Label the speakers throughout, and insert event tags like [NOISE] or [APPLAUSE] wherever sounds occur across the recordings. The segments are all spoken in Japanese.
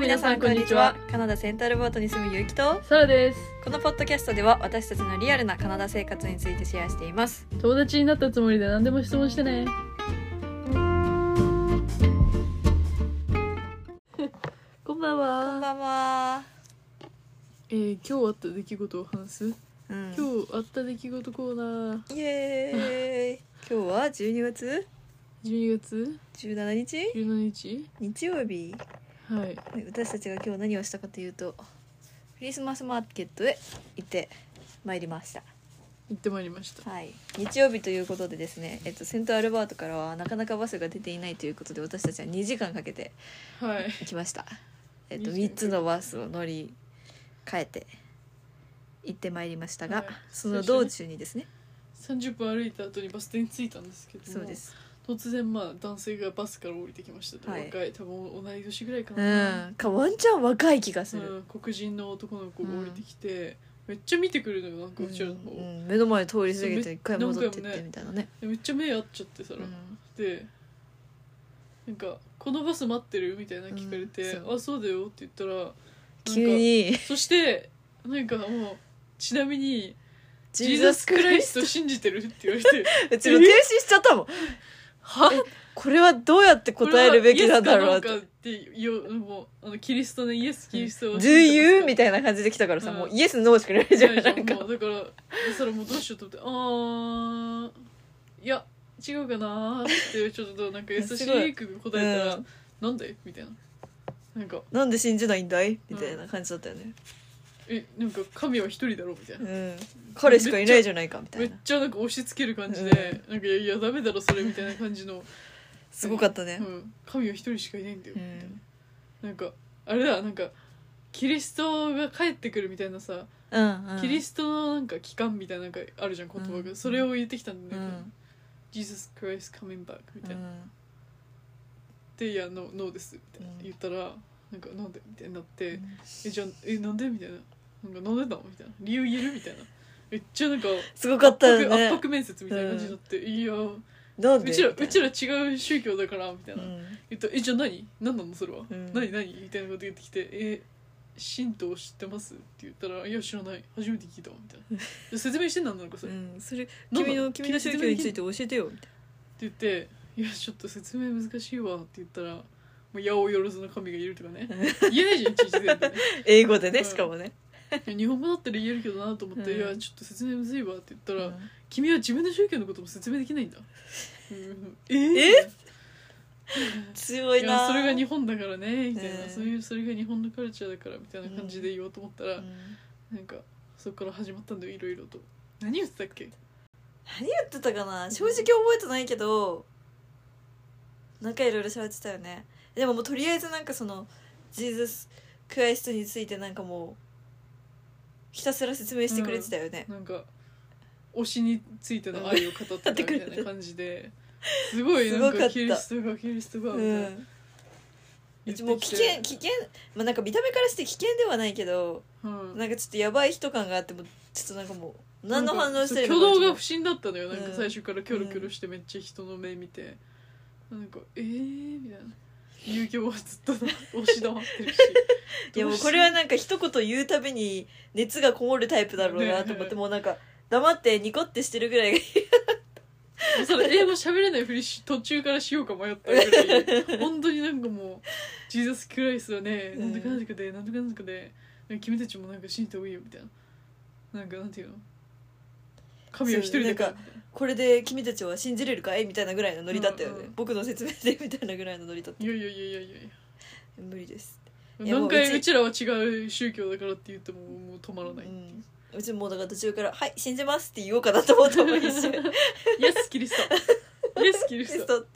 Speaker 1: 皆さんこんにちはカナダセンタルボートに住むゆうきと
Speaker 2: サラです
Speaker 1: このポッドキャストでは私たちのリアルなカナダ生活についてシェアしています
Speaker 2: 友達になったつもりで何でも質問してねこんばん
Speaker 1: [LAUGHS] こん
Speaker 2: は
Speaker 1: ばんは
Speaker 2: えー、今日あった出来事を話す、
Speaker 1: うん
Speaker 2: 今日あった出来事コーナー
Speaker 1: イエーイ今日は12月
Speaker 2: 12月
Speaker 1: 17日
Speaker 2: 17日
Speaker 1: 日曜日
Speaker 2: はい
Speaker 1: 私たちが今日何をしたかというとクリスマスマーケットへ行ってまいりました
Speaker 2: 行ってまいりました
Speaker 1: はい、日曜日ということでですね、えっと、セントアルバートからはなかなかバスが出ていないということで私たちは2時間かけて
Speaker 2: はい
Speaker 1: 行きました、えっと、
Speaker 2: 2時間
Speaker 1: 3つのバスを乗り換えて行ってまいりましたが、
Speaker 2: はい
Speaker 1: その道中にですね
Speaker 2: 30分歩いた後にバス停に着いたんですけども
Speaker 1: そうです、
Speaker 2: 突然まあ男性がバスから降りてきました、
Speaker 1: はい
Speaker 2: 若い多分同い年ぐらいか
Speaker 1: う
Speaker 2: な、
Speaker 1: んかワンちゃん若い気がす
Speaker 2: う
Speaker 1: る、
Speaker 2: ん黒人の男の子が降りてきて、めっちゃ見てくるのよなんか
Speaker 1: うん
Speaker 2: うちらの方、
Speaker 1: うん目の前通り過ぎて一回戻って
Speaker 2: 何回
Speaker 1: っ
Speaker 2: も
Speaker 1: て
Speaker 2: ね
Speaker 1: みたいなね
Speaker 2: でめっちゃ目合っちゃってさ、ら
Speaker 1: うん
Speaker 2: でなんか「このバス待ってる?」みたいな聞かれて「
Speaker 1: うんそう
Speaker 2: あそうだよ」って言ったらなんか
Speaker 1: 急に
Speaker 2: そしてなんかもうちなみに「ジ
Speaker 1: ジ
Speaker 2: ー
Speaker 1: ーザ
Speaker 2: ザ
Speaker 1: ス
Speaker 2: ス
Speaker 1: ク
Speaker 2: ク
Speaker 1: ラ
Speaker 2: ラ
Speaker 1: イ
Speaker 2: イ
Speaker 1: ス
Speaker 2: スト信じてる?」って言われて
Speaker 1: [LAUGHS] うちの停止しちゃったもん
Speaker 2: は
Speaker 1: これはどうやって答えるべきなんだろう
Speaker 2: こ
Speaker 1: と
Speaker 2: れはイエスかどうかってよもうあのキリストのイエスキリスト
Speaker 1: 「Do you?」み
Speaker 2: たい
Speaker 1: たいな感じで来たからさ、
Speaker 2: うん
Speaker 1: もうイエスノーしかないじゃん
Speaker 2: な
Speaker 1: な
Speaker 2: やい
Speaker 1: ん
Speaker 2: や
Speaker 1: か
Speaker 2: もうだからそれもうどうしようと思って「あーいや違うかな」ってちょっとなんか優しいく答えたら「
Speaker 1: うん
Speaker 2: なんで?」みたいななんか
Speaker 1: なんで信じないんだいみたいな感じだったよね、
Speaker 2: 「えなんか神は一人だろ」みたいな
Speaker 1: う。ん、彼しかいないじゃないかみた
Speaker 2: め
Speaker 1: い
Speaker 2: っ
Speaker 1: な
Speaker 2: ちゃなんか押し付ける感じで、なんかいやいやダメだろそれみたいな感じの、
Speaker 1: すごかったね
Speaker 2: うん、神は一人しかいないんだよ、
Speaker 1: う
Speaker 2: みたい
Speaker 1: ん、
Speaker 2: ななんかあれだなんかキリストが帰ってくるみたいなさ、
Speaker 1: うんうん、
Speaker 2: キリストのなんか期間みたいななんかあるじゃん言葉が、
Speaker 1: うん
Speaker 2: それを言ってきたん
Speaker 1: う
Speaker 2: だよ、ね
Speaker 1: ん
Speaker 2: Jesus Christ coming back みたいな、
Speaker 1: うん
Speaker 2: で「いやノノーです」みたいな、
Speaker 1: うん
Speaker 2: 言ったらなんか「なんで?」みたいになって「えじゃあえなんで?」みたいな「なんかなんでなの?」みたいな「理由言える?」みたいなめっちゃなんか
Speaker 1: すごかったよ
Speaker 2: 圧迫圧
Speaker 1: ね
Speaker 2: 迫面接みたいな感じになって「いや
Speaker 1: なん
Speaker 2: う
Speaker 1: で
Speaker 2: ちら
Speaker 1: みたいうな
Speaker 2: ちら違う宗教だから」みたいうな、
Speaker 1: ん
Speaker 2: 言ったら「えじゃあ何何なのそれは、
Speaker 1: うん
Speaker 2: 何何?」みたいなこと言ってきて「え神道知ってます?」って言ったら「いや知らない初めて聞いた」みたいなで説明してんなんなのかそれ、
Speaker 1: う
Speaker 2: って
Speaker 1: ん、それ
Speaker 2: なんだ
Speaker 1: 君の君の宗教について教えてよみたい
Speaker 2: 言って「いやちょっと説明難しいわ」って言ったら「もう八百万の神がいるとかね言えないじゃんいちいち全部ね
Speaker 1: な英語でね、
Speaker 2: うん
Speaker 1: しかもね、
Speaker 2: いや日本語だったら言えるけどなと思って「
Speaker 1: うん
Speaker 2: いやちょっと説明むずいわ」って言った
Speaker 1: う
Speaker 2: ら、
Speaker 1: ん
Speaker 2: 君は自分の宗教のことも説明できないんだ」うんえ
Speaker 1: [LAUGHS] え強い
Speaker 2: いや
Speaker 1: な
Speaker 2: それが日本だからねみたいな、
Speaker 1: うん
Speaker 2: そういうそれが日本のカルチャーだからみたいな感じで言おうと思ったら、
Speaker 1: うん
Speaker 2: なんかそこから始まったんだよいろいろと何言ってたっけ
Speaker 1: 何言ってたかな正直覚えてないけどなんかいろいろ喋ってたよねでももうとりあえずなんかそのジーズスクライストについてなんかもうひたすら説明してくれてたよね、
Speaker 2: なんか推しについての愛を語ってたみたいな感じですごいなん
Speaker 1: [LAUGHS] すごか
Speaker 2: か
Speaker 1: った
Speaker 2: キリストがキリストが
Speaker 1: う
Speaker 2: みたいな、
Speaker 1: ん、
Speaker 2: 言ってきて
Speaker 1: もう危険危険まあなんか見た目からして危険ではないけど
Speaker 2: うん
Speaker 1: なんかちょっとやばい人感があってもちょっとなんかもう何の反応してる
Speaker 2: なん
Speaker 1: の
Speaker 2: かそ
Speaker 1: か
Speaker 2: う挙動が
Speaker 1: ち
Speaker 2: 不審だったのよなん
Speaker 1: う
Speaker 2: か
Speaker 1: ん
Speaker 2: 最初からキョロキョロしてめっちゃ人の目見て、なんかえーみたいな遊戯王はずっと推し黙ってるし
Speaker 1: ょっ [LAUGHS] といやもうこれはなんか一言言うたびに熱がこもるタイプだろうなと思って、
Speaker 2: ね
Speaker 1: もうなんか黙ってニコってしてるぐらいが
Speaker 2: もうそれ英語喋れないふりし途中からしようか迷ったぐら
Speaker 1: [LAUGHS]
Speaker 2: い本当になんかもう「ジーザス・クライスはね
Speaker 1: うん
Speaker 2: なんとかなんとかでなんとかなんとかで君たちもなんか信じた方がいいよ」みたいななんかなんていうの神は一人だから
Speaker 1: そうこれで君たちは信じれるかいみたいなぐらいのノリだったよね、
Speaker 2: うんうん
Speaker 1: 僕の説明でみたいなぐらいのノリだった
Speaker 2: いやいやいやいやいやいや
Speaker 1: 無理です、いやもう
Speaker 2: 何回
Speaker 1: うち
Speaker 2: うちらは違う宗教だからって言ってももう止まら
Speaker 1: う
Speaker 2: ない
Speaker 1: ん、うちもうだから途中から「はい信じます」って言おうかなと思っ
Speaker 2: [LAUGHS]
Speaker 1: たもん一瞬
Speaker 2: イエスキリストイエスキリ
Speaker 1: テ
Speaker 2: ス
Speaker 1: ス
Speaker 2: ト
Speaker 1: ト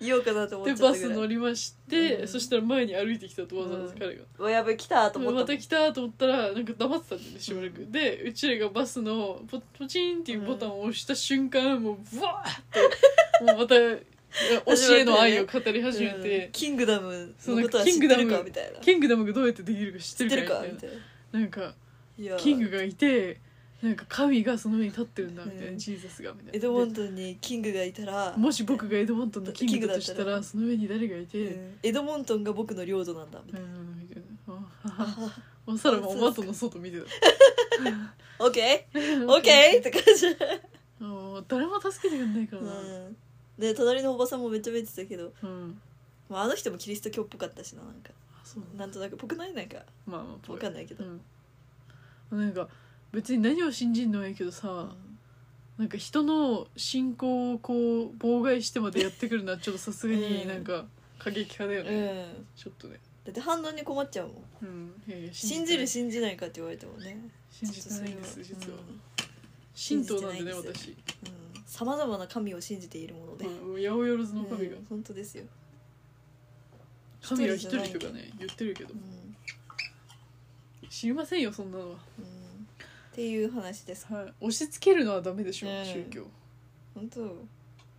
Speaker 1: 言おうかなと思
Speaker 2: で
Speaker 1: っちゃ
Speaker 2: バ
Speaker 1: った
Speaker 2: ス
Speaker 1: ぐら
Speaker 2: 乗
Speaker 1: い
Speaker 2: りまして、
Speaker 1: うん
Speaker 2: そしたら前に歩いてきたとわざわざ彼が、
Speaker 1: 「おやべ来た」と思ったも
Speaker 2: ま
Speaker 1: ん
Speaker 2: た来たと思ったらなんか黙ってたんだよねしばらく、
Speaker 1: うん
Speaker 2: でうちらがバスのポポチンっていうボタンを押した瞬間、もうブワーってもうま
Speaker 1: [LAUGHS]
Speaker 2: た教えの愛を語り始めて、
Speaker 1: うんキングダム
Speaker 2: そう
Speaker 1: の
Speaker 2: なん
Speaker 1: こ
Speaker 2: か
Speaker 1: とは知ってるかみたいな
Speaker 2: キングダムがどうやってできるか知って
Speaker 1: 知ってる
Speaker 2: るか
Speaker 1: か
Speaker 2: み
Speaker 1: み
Speaker 2: た
Speaker 1: た
Speaker 2: い
Speaker 1: いな
Speaker 2: ななんか
Speaker 1: いや
Speaker 2: キングがいてなんか神がその上に立ってるんだみたいな、
Speaker 1: うん
Speaker 2: ジーザスがみたいな
Speaker 1: エドモントンにキングがいたら
Speaker 2: でもし僕がエドモントンのキングだとした
Speaker 1: キング
Speaker 2: ら
Speaker 1: だったら
Speaker 2: その上に誰がいて、
Speaker 1: うんエドモントンが僕の領土なんだみた
Speaker 2: う
Speaker 1: い
Speaker 2: ん
Speaker 1: [LAUGHS]
Speaker 2: おさらも窓の外見てた
Speaker 1: オッケー [LAUGHS] オッケーって感じ、
Speaker 2: もう誰も助けてくんないから
Speaker 1: う
Speaker 2: な、
Speaker 1: ん、で隣のおばさんもめっちゃ見てたけど、
Speaker 2: うん、
Speaker 1: まあ、あの人もキリスト教っぽかったしななんか
Speaker 2: あそう
Speaker 1: なんとなく僕ないなんか
Speaker 2: まあまあ
Speaker 1: わかんないけど、
Speaker 2: うん、なんか別に何を信じんのはいいけどさ、なんか人の信仰をこう妨害してまでやってくるのはちょっとさすが
Speaker 1: う
Speaker 2: に
Speaker 1: ん
Speaker 2: なんか過激派だよ
Speaker 1: う
Speaker 2: ね、
Speaker 1: ん
Speaker 2: ちょっとね、
Speaker 1: だって反応に困っちゃうもん
Speaker 2: うん、いやいや
Speaker 1: 信じる
Speaker 2: て
Speaker 1: 信じないかって言われてもね
Speaker 2: 信じてないんです
Speaker 1: ちょっと
Speaker 2: 実
Speaker 1: それ
Speaker 2: は
Speaker 1: は、
Speaker 2: 神道なんでね
Speaker 1: 信じてないで
Speaker 2: 私、
Speaker 1: さまざまな神を信じているもので、
Speaker 2: うん、八百万の神が、
Speaker 1: うん本当ですよ、
Speaker 2: 神は
Speaker 1: 一
Speaker 2: 一
Speaker 1: 人じゃない
Speaker 2: 人とかね言ってるけど
Speaker 1: うんうん、
Speaker 2: 知りませんよそんなのは、
Speaker 1: っていう話です
Speaker 2: はい、押し付けるのはダメでしょ、
Speaker 1: うん
Speaker 2: 宗教
Speaker 1: 本当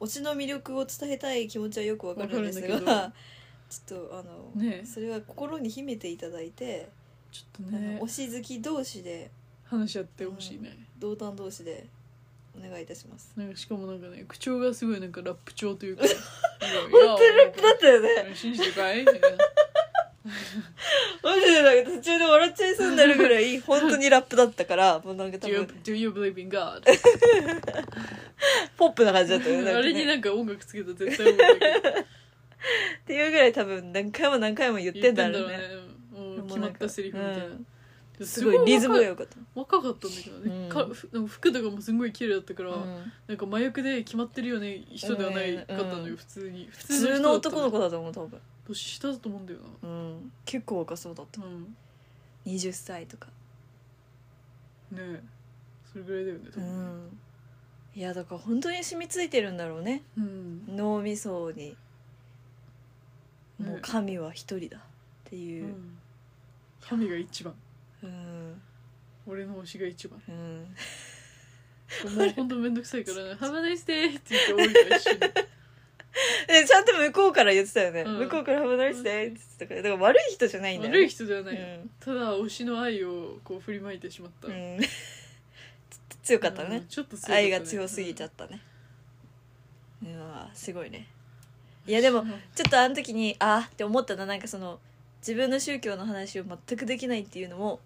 Speaker 1: 推しの魅力を伝えたい気持ちはよくわかるんです
Speaker 2: わかるんだ
Speaker 1: が [LAUGHS] ちょっとあの、
Speaker 2: ね
Speaker 1: それは心に秘めていただいて、
Speaker 2: ちょっとね
Speaker 1: 推し好き同士で
Speaker 2: 話し合ってほしいね、
Speaker 1: 同担同士でお願いいたします
Speaker 2: なんかしかもなんかね口調がすごいなんかラップ調という
Speaker 1: [LAUGHS]
Speaker 2: か本
Speaker 1: 本当にラップだったよ
Speaker 2: [LAUGHS]
Speaker 1: ね
Speaker 2: 信じてるかいみたいな
Speaker 1: マジでなんか途中で笑っちゃいそうになるぐらい [LAUGHS] 本当にラップだったからもうなんか
Speaker 2: Do
Speaker 1: 多
Speaker 2: you,
Speaker 1: 分
Speaker 2: do you believe in
Speaker 1: [LAUGHS]
Speaker 2: God?
Speaker 1: ポップな感じだったよねなん
Speaker 2: あ
Speaker 1: かね
Speaker 2: れになんか音楽つけたら絶対音楽
Speaker 1: っていうぐらい多分何回も何回も言ってんだろうね
Speaker 2: も
Speaker 1: で
Speaker 2: う
Speaker 1: も
Speaker 2: 決
Speaker 1: な
Speaker 2: ま
Speaker 1: ん
Speaker 2: っ
Speaker 1: か
Speaker 2: たセリフみたいな、
Speaker 1: うん
Speaker 2: です
Speaker 1: ごいリズムが
Speaker 2: 若
Speaker 1: 良かった、
Speaker 2: 若かったんだけどね、
Speaker 1: うん
Speaker 2: かふなんか服とかもすごい綺麗だったから、
Speaker 1: うん
Speaker 2: なんか麻薬で決まってるよね人ではないかったのよ、
Speaker 1: うん
Speaker 2: 普通に普
Speaker 1: 普通の男の
Speaker 2: 子
Speaker 1: 子だと思う多分、
Speaker 2: 年下だと思うんだよな
Speaker 1: うん、結構若そうだった
Speaker 2: うん
Speaker 1: 20歳とか
Speaker 2: ねえそれぐらいだよね多
Speaker 1: う
Speaker 2: 分ね
Speaker 1: んいやだから本当に染みついてるんだろうね
Speaker 2: うん
Speaker 1: 脳みそに
Speaker 2: ね
Speaker 1: もう神は一人だって
Speaker 2: う
Speaker 1: いう、
Speaker 2: ん神が一番
Speaker 1: うん
Speaker 2: 俺の推しが一
Speaker 1: [LAUGHS]
Speaker 2: 番
Speaker 1: うん、
Speaker 2: もうほんとめんどくさいからね「ハバナイスデー!」って言って俺が一緒に
Speaker 1: えちゃんと向こうから言ってたよね、
Speaker 2: うん
Speaker 1: 向こうから「危ないして」って言ってたからだから悪い人じゃないんだよね
Speaker 2: 悪い人ではない、
Speaker 1: うん
Speaker 2: ただ推しの愛をこう振りまいてしまった、
Speaker 1: うんちょっと強かった
Speaker 2: う
Speaker 1: ね
Speaker 2: ん、ちょっと強かったね
Speaker 1: 愛が強すぎちゃったねうわーすごいねいやでもちょっとあの時にあーって思ったななんかその自分の宗教の話を全くできないっていうのも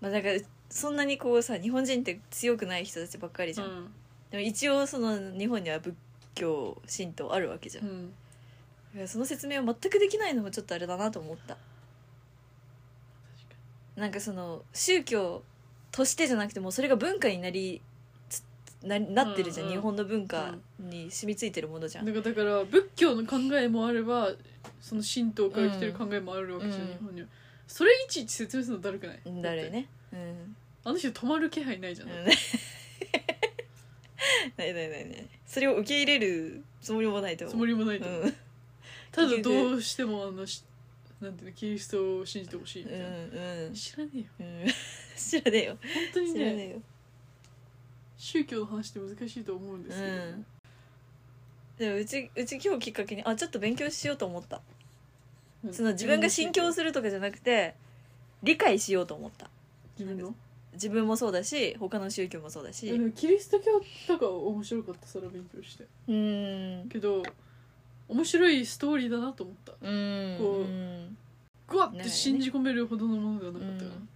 Speaker 1: まあなんかそんなにこうさ日本人って強くない人たちばっかりじ
Speaker 2: う
Speaker 1: ゃん、
Speaker 2: ん
Speaker 1: でも一応その日本には仏教神道あるわけじゃん
Speaker 2: う、ん
Speaker 1: いやその説明を全くできないのもちょっとあれだなと思った
Speaker 2: 確か
Speaker 1: なんかその宗教としてじゃなくてもうそれが文化になりつななってるじゃん、
Speaker 2: うんうん
Speaker 1: 日本の文化に染みついてるものじゃん、
Speaker 2: にだからだから仏教の考えもあればその神道から来てる考えもあるわけじゃん、
Speaker 1: うん
Speaker 2: 日本にはそれいちいち説明するのだるくない
Speaker 1: だろう
Speaker 2: だって
Speaker 1: ねうん
Speaker 2: あの人止まる気配ないじゃ、
Speaker 1: うん [LAUGHS] んないないないないそれを受け入れるつもりもないと
Speaker 2: つ
Speaker 1: 思う
Speaker 2: もりもないと思う
Speaker 1: うん
Speaker 2: ただどうしてもあのしなんていうのキリストを信じてほしいみ
Speaker 1: う
Speaker 2: たいな、
Speaker 1: ん
Speaker 2: 知らねえよ
Speaker 1: うんうん知らねえよ
Speaker 2: 本当に
Speaker 1: 知らね
Speaker 2: ね
Speaker 1: えよ
Speaker 2: 宗教の話って難しいと思うんですけど、
Speaker 1: うんでもうちうち今日きっかけにあちょっと勉強しようと思った
Speaker 2: うん
Speaker 1: その自分が信教
Speaker 2: す
Speaker 1: するとかじゃなくて理解しようと思った
Speaker 2: る自分の
Speaker 1: 自分もそうだし他の宗教もそうだし
Speaker 2: でもキリスト教とか面白かったそれは勉強して
Speaker 1: うん
Speaker 2: けど面白いストーリーだなと思った
Speaker 1: うん
Speaker 2: こう
Speaker 1: うん
Speaker 2: グワッ
Speaker 1: な
Speaker 2: て
Speaker 1: いね
Speaker 2: 信じ込めるほどのものではなかったから、
Speaker 1: うん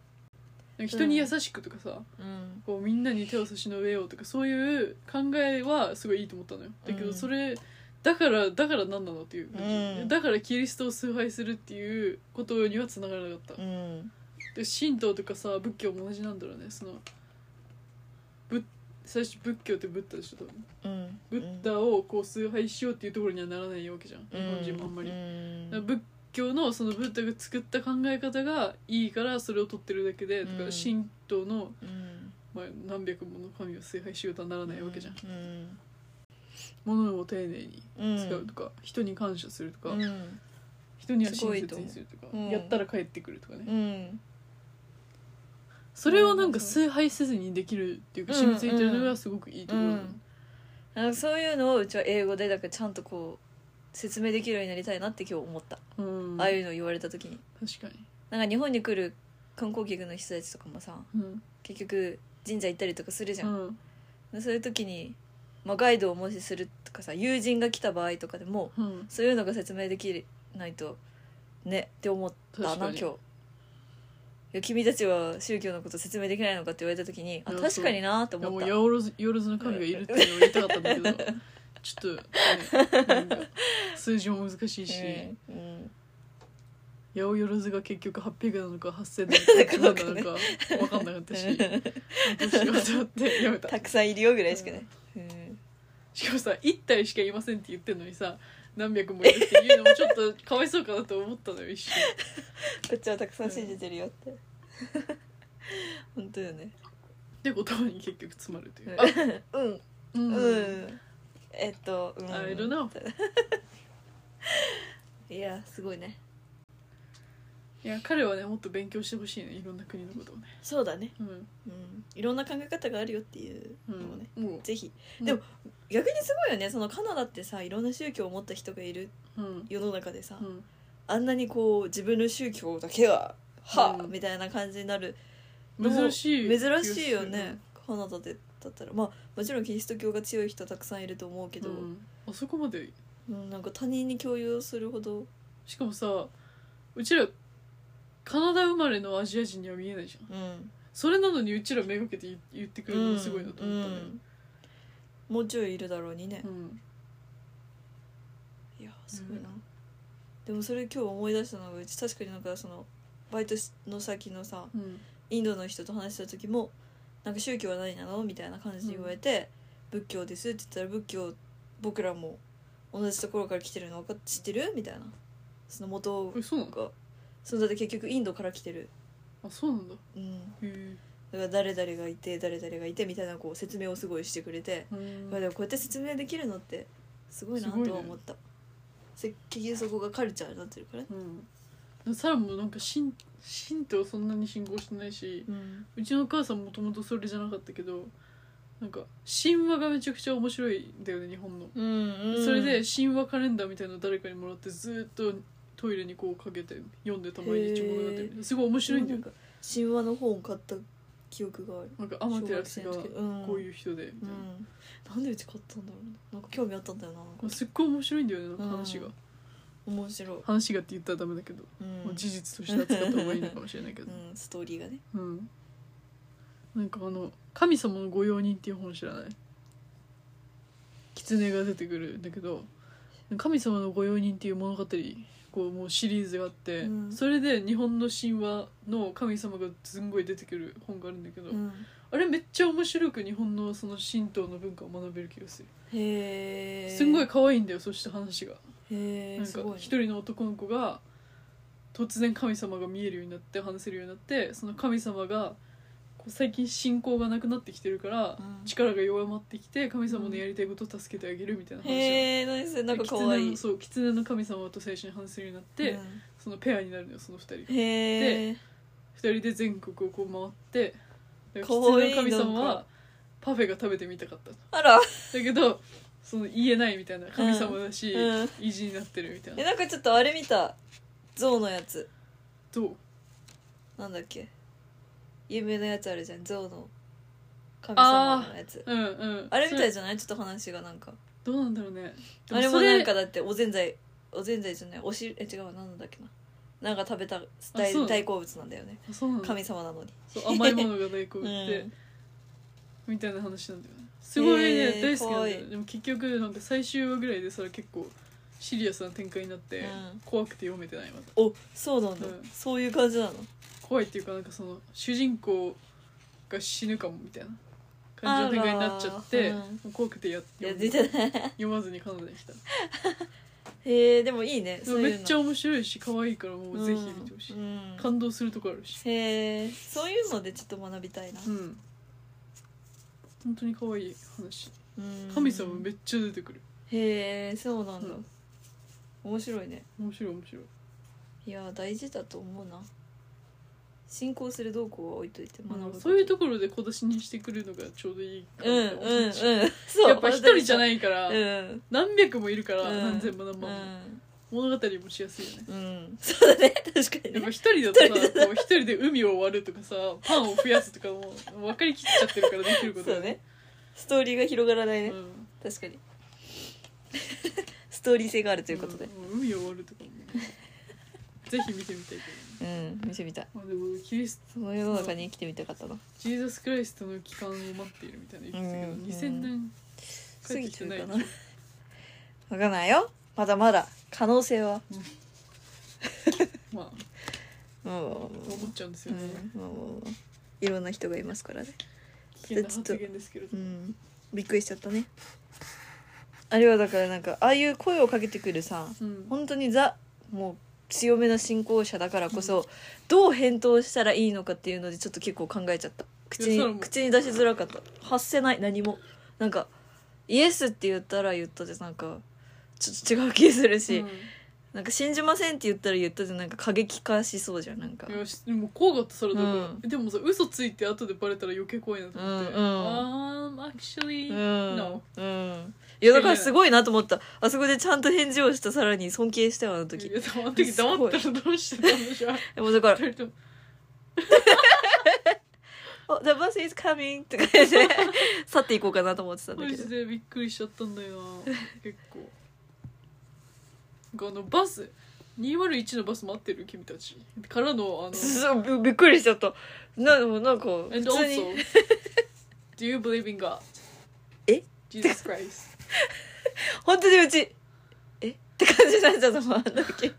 Speaker 2: なんか人に優しくとかさ、
Speaker 1: うん
Speaker 2: こうみんなに手を差し伸べようとかそういう考えはすごいいいと思ったのよだけ
Speaker 1: う
Speaker 2: ど
Speaker 1: ん
Speaker 2: それ、だからだから何なのっていう感じ、
Speaker 1: うん
Speaker 2: だからキリストを崇拝するっていうことにはつながらなかった、
Speaker 1: うん
Speaker 2: で神道とかさ仏教も同じなんだろうねそのぶ最初仏教ってブッダでしょ多分
Speaker 1: うん
Speaker 2: ブッダをこう崇拝しようっていうところにはならないわけじゃん、日本人もあんまり、
Speaker 1: うん
Speaker 2: だから仏教のそのブッダが作った考え方がいいからそれを取ってるだけでとか、
Speaker 1: うん
Speaker 2: 神道の、
Speaker 1: うん
Speaker 2: まあ、何百もの神を崇拝しようとはならないわけじゃん、
Speaker 1: うん
Speaker 2: 物を丁寧に
Speaker 1: うん
Speaker 2: 使うとか、人に感謝するとか、
Speaker 1: うん
Speaker 2: 人には親切にするとか
Speaker 1: すごいと思ううん
Speaker 2: やったら帰ってくるとかね、
Speaker 1: うん
Speaker 2: それをなんか崇拝せずにできるっていうか
Speaker 1: うん
Speaker 2: 染みついてるのがすごくいいところだな、
Speaker 1: うんなんかそういうのをうちは英語でだからちゃんとこう説明できるようになりたいなって今日思った、
Speaker 2: うん
Speaker 1: ああいうの言われた時に
Speaker 2: 確かに、
Speaker 1: なんか日本に来る観光客の人たちとかもさ
Speaker 2: うん
Speaker 1: 結局神社行ったりとかするじゃん、
Speaker 2: うん
Speaker 1: でそういう時に、まあ、ガイドをもしするとかさ友人が来た場合とかでも
Speaker 2: うん、
Speaker 1: そういうのが説明できないとねって思ったな
Speaker 2: 確か
Speaker 1: 今
Speaker 2: に
Speaker 1: 日や君たちは宗教のこと説明できないのかって言われた時にあ
Speaker 2: いや
Speaker 1: 確かになと
Speaker 2: いやも
Speaker 1: 思
Speaker 2: う
Speaker 1: った
Speaker 2: ヤオロズヨルズの神がいるっていうのを言いたかったんだけどちょっと、ね、なんか数字も難しいし、
Speaker 1: うんうん
Speaker 2: ヤオヨルズが結局800なのか8000なのか
Speaker 1: [LAUGHS] な
Speaker 2: 何
Speaker 1: ん
Speaker 2: な
Speaker 1: か
Speaker 2: のか分かんなかったしどうしようと思ってやめた
Speaker 1: たくさんいるよぐらいしかない、うん
Speaker 2: しかもさ1体しかいませんって言ってるのにさ何百もいるっていうのもちょっとかわいそうかなと思ったのよ一瞬
Speaker 1: こっちはたくさん信じてるよって、 [LAUGHS] 本当よね
Speaker 2: で言葉に結局詰まるという、
Speaker 1: [LAUGHS] うん
Speaker 2: う
Speaker 1: うんん、えっと、うん、
Speaker 2: I don't know
Speaker 1: いやすごいね
Speaker 2: いや彼はねもっと勉強してほしいねいろんな国のことをね
Speaker 1: そうだね
Speaker 2: うん
Speaker 1: うんいろんな考え方があるよっていう
Speaker 2: う
Speaker 1: のもね、
Speaker 2: んも
Speaker 1: ぜひ
Speaker 2: うん
Speaker 1: でも、逆にすごいよねそのカナダってさいろんな宗教を持った人がいる
Speaker 2: うん
Speaker 1: 世の中でさ、
Speaker 2: うん
Speaker 1: あんなにこう自分の宗教だけははあ、
Speaker 2: うん
Speaker 1: みたいな感じになるのも
Speaker 2: 珍しい
Speaker 1: 珍しいよねカナダでだったらまあもちろんキリスト教が強い人たくさんいると思うけ
Speaker 2: けど、
Speaker 1: ど、
Speaker 2: う
Speaker 1: うん
Speaker 2: んあそこまで
Speaker 1: なんか他人に共有するほど
Speaker 2: しかもさうちらカナダ生まれのアジア人には見えないじゃん
Speaker 1: うん
Speaker 2: それなのにうちらめがけて言言ってくれるのもすごいなと思ったのよ、
Speaker 1: うんもうちょいいるだろうにね、
Speaker 2: うん
Speaker 1: いやすごいな、でもそれ今日思い出したのがうち確かになんかそのバイトの先のさ
Speaker 2: うん
Speaker 1: インドの人と話した時も「なんか宗教は何なの?」みたいな感じで言われて「仏教です」って言ったら「仏教僕らも同じところから来てるの分かっ知ってる?」みたいなその元
Speaker 2: えそうなんだ
Speaker 1: がそのだって結局インドから来てる、
Speaker 2: あそうなんだへ
Speaker 1: うん、
Speaker 2: え
Speaker 1: だから誰々がいて誰々がいてみたいなこう説明をすごいしてくれて、
Speaker 2: うん
Speaker 1: まあ、でもこうやって説明できるのってすごいなとは思った、せ結局そこがカルチャーになってるからね
Speaker 2: うんサラもなんか神神道そんなに信仰してないし
Speaker 1: うん
Speaker 2: うちのお母さんもともとそれじゃなかったけどなんか神話がめちゃくちゃ面白いんだよね日本の、
Speaker 1: うんうん
Speaker 2: それで神話カレンダーみたいなの誰かにもらってずっとトイレにこうかけて読んでた毎日物語みたいなすごい面白いんだよ
Speaker 1: なんか神話の本買った記憶がある
Speaker 2: なんかアマテラスが
Speaker 1: 小学生の時うん
Speaker 2: こういう人でみ
Speaker 1: う
Speaker 2: たいな、
Speaker 1: ん、なんでうち買ったんだろうななんか興味あったんだよななんか
Speaker 2: すっごい面白いんだよねなんか話が、
Speaker 1: うん面白い、
Speaker 2: 話がって言ったらダメだけど、
Speaker 1: うん
Speaker 2: もう事実として扱った方がいいのかもしれないけど、
Speaker 1: うん、ストーリーがね
Speaker 2: うん、なんかあの「神様の御用人」っていう本知らない狐が出てくるんだけど「神様の御用人」っていう物語こうもうシリーズがあって、
Speaker 1: うん
Speaker 2: それで日本の神話の神様がすんごい出てくる本があるんだけど、
Speaker 1: うん
Speaker 2: あれめっちゃ面白く日本のその神道の文化を学べる気がする、
Speaker 1: へえ
Speaker 2: すんごい可愛いんだよそして話が
Speaker 1: へ
Speaker 2: な
Speaker 1: え
Speaker 2: ん
Speaker 1: す
Speaker 2: か
Speaker 1: ごいね
Speaker 2: 一人の男の子が突然神様が見えるようになって話せるようになってその神様がこう最近信仰がなくなってきてるから、
Speaker 1: うん
Speaker 2: 力が弱まってきて神様のやりたいことを助けてあげるみたいな話が、
Speaker 1: へえ何それなんか
Speaker 2: で
Speaker 1: 可愛
Speaker 2: 狐
Speaker 1: い
Speaker 2: のそう狐の神様と最初に話せるようになって、
Speaker 1: うん
Speaker 2: そのペアになるのよその二人が
Speaker 1: へえ
Speaker 2: 二人で全国をこう回ってで
Speaker 1: かわいい
Speaker 2: 狐の神様
Speaker 1: なん
Speaker 2: は
Speaker 1: か
Speaker 2: パフェが食べてみたかったと
Speaker 1: あら
Speaker 2: だけどその言えないみたいな神様だし、
Speaker 1: うん
Speaker 2: 意地になってるみたい
Speaker 1: え
Speaker 2: な
Speaker 1: なんかちょっとあれ見た象のやつ
Speaker 2: どう
Speaker 1: なんだっけ有名なやつあるじゃん象の神様のやつ
Speaker 2: うんうん
Speaker 1: あれみたい
Speaker 2: そ
Speaker 1: じゃないちょっと話がなんか
Speaker 2: どうなんだろうね
Speaker 1: あれもなんか
Speaker 2: で
Speaker 1: だっておぜんざいおぜんざいじゃないおしえ違うなんだっけななんか食べた
Speaker 2: あ
Speaker 1: 大
Speaker 2: そうなの
Speaker 1: 大好物なんだよね
Speaker 2: もそれあそうなんだ
Speaker 1: 神様なのに
Speaker 2: そう甘いものが大好
Speaker 1: う
Speaker 2: 物で、
Speaker 1: ん
Speaker 2: みたいな話なんだよねすごいね、
Speaker 1: へー
Speaker 2: 大好きなんだよ
Speaker 1: かわいい
Speaker 2: でも結局なんか最終話ぐらいでそれ結構シリアスな展開になって、
Speaker 1: うん
Speaker 2: 怖くて読めてないまだ
Speaker 1: おそうなんだ
Speaker 2: うん
Speaker 1: そういう感じなの
Speaker 2: 怖いっていうかなんかその主人公が死ぬかもみたいな感じの展開になっちゃって、
Speaker 1: あらー
Speaker 2: も
Speaker 1: うん
Speaker 2: う怖くてや
Speaker 1: いや
Speaker 2: 読
Speaker 1: 出
Speaker 2: め
Speaker 1: てない
Speaker 2: 読まずにカナダに来た
Speaker 1: へえでもいいね
Speaker 2: で
Speaker 1: そ
Speaker 2: も
Speaker 1: ういう
Speaker 2: め
Speaker 1: の
Speaker 2: っちゃ面白いし可愛いからもうぜひ見てほしい、
Speaker 1: うんうん
Speaker 2: 感動するとこあるし
Speaker 1: へえそういうのでちょっと学びたいな
Speaker 2: うん本当に可愛い話
Speaker 1: うん
Speaker 2: 神様めっちゃ出てくる
Speaker 1: へえそうなんだ
Speaker 2: うん
Speaker 1: 面白いね
Speaker 2: 面白い面白い
Speaker 1: いや大事だと思うな信仰する動向は置いといて学ぶこと
Speaker 2: そういうところで小出しにしてくるのがちょうどいいか
Speaker 1: うん
Speaker 2: なっ
Speaker 1: うん
Speaker 2: て思
Speaker 1: うん
Speaker 2: うし
Speaker 1: そう
Speaker 2: やっぱ一人じゃないいから
Speaker 1: うん
Speaker 2: 何百もいるから
Speaker 1: うん
Speaker 2: 何千も何
Speaker 1: う
Speaker 2: 万も
Speaker 1: ん
Speaker 2: 物語もしやすいよね
Speaker 1: うん、そうだね確かに
Speaker 2: やっぱ
Speaker 1: ね
Speaker 2: 一人だとさこう一人で海を割るとかさパンを増やすとかもう分かりきっちゃってるからできること
Speaker 1: そ
Speaker 2: が
Speaker 1: うねストーリーが広がらないうね、
Speaker 2: ん
Speaker 1: 確かにストーリー性があるということで、
Speaker 2: ん海を割るとかもぜひ見てみたいけど、ね
Speaker 1: うん見てみたい
Speaker 2: まあ、でもキリス
Speaker 1: その世の中に生きてみたかったな
Speaker 2: ジーザス・クライストの帰還を待っているみたいな言ってたけど、
Speaker 1: うん
Speaker 2: 2000年
Speaker 1: 過ぎてるかな
Speaker 2: 帰って
Speaker 1: 分かんないよまだまだ可能性は
Speaker 2: まあ
Speaker 1: うんうん
Speaker 2: 思っちゃうんです
Speaker 1: う
Speaker 2: よね、
Speaker 1: んうんいろんな人がいますからね
Speaker 2: 危険な発言ですけど
Speaker 1: うんびっくりしちゃったねあれはだからなんかああいう声をかけてくるさ
Speaker 2: うん
Speaker 1: 本当にザもう強めな信仰者だからこそ、どう返答したらいいのかっていうのでちょっと結構考えちゃった口
Speaker 2: いやそれ
Speaker 1: に
Speaker 2: も
Speaker 1: 口に出しづらかった発せない何もなんかイエスって言ったら言ったでなんかちょっと違う気するし、なんか信じませんって言ったら言ったでなんか過激化しそうじゃんなんか
Speaker 2: うん、よしでも怖かったそれだから、
Speaker 1: うん
Speaker 2: でもさ嘘ついて後でバレたら余計怖いなと思って
Speaker 1: うん
Speaker 2: 「um actually、
Speaker 1: うん、
Speaker 2: no
Speaker 1: うんいやだからすごいなと思ったあそこでちゃんと返事をしたさらに尊敬したよあの」時
Speaker 2: いや黙って黙ったらどうしてたんでしょう
Speaker 1: でもだから
Speaker 2: 二人とも
Speaker 1: 「oh, The bus is coming」とか言って去っていこうかなと思ってたん [LAUGHS] だ
Speaker 2: マ
Speaker 1: け
Speaker 2: ジ
Speaker 1: ど
Speaker 2: でびっくりしちゃったんだよな結構なんかあのバス201のバス待ってる君たちからのあの
Speaker 1: そうびびっくりしちゃったなでもなんか
Speaker 2: 「
Speaker 1: 普
Speaker 2: And
Speaker 1: 通に
Speaker 2: also [LAUGHS] do you believe in God?」
Speaker 1: え
Speaker 2: ?Jesus Christ
Speaker 1: 本当にうち「えっ?」て感じになっちゃったもんあの時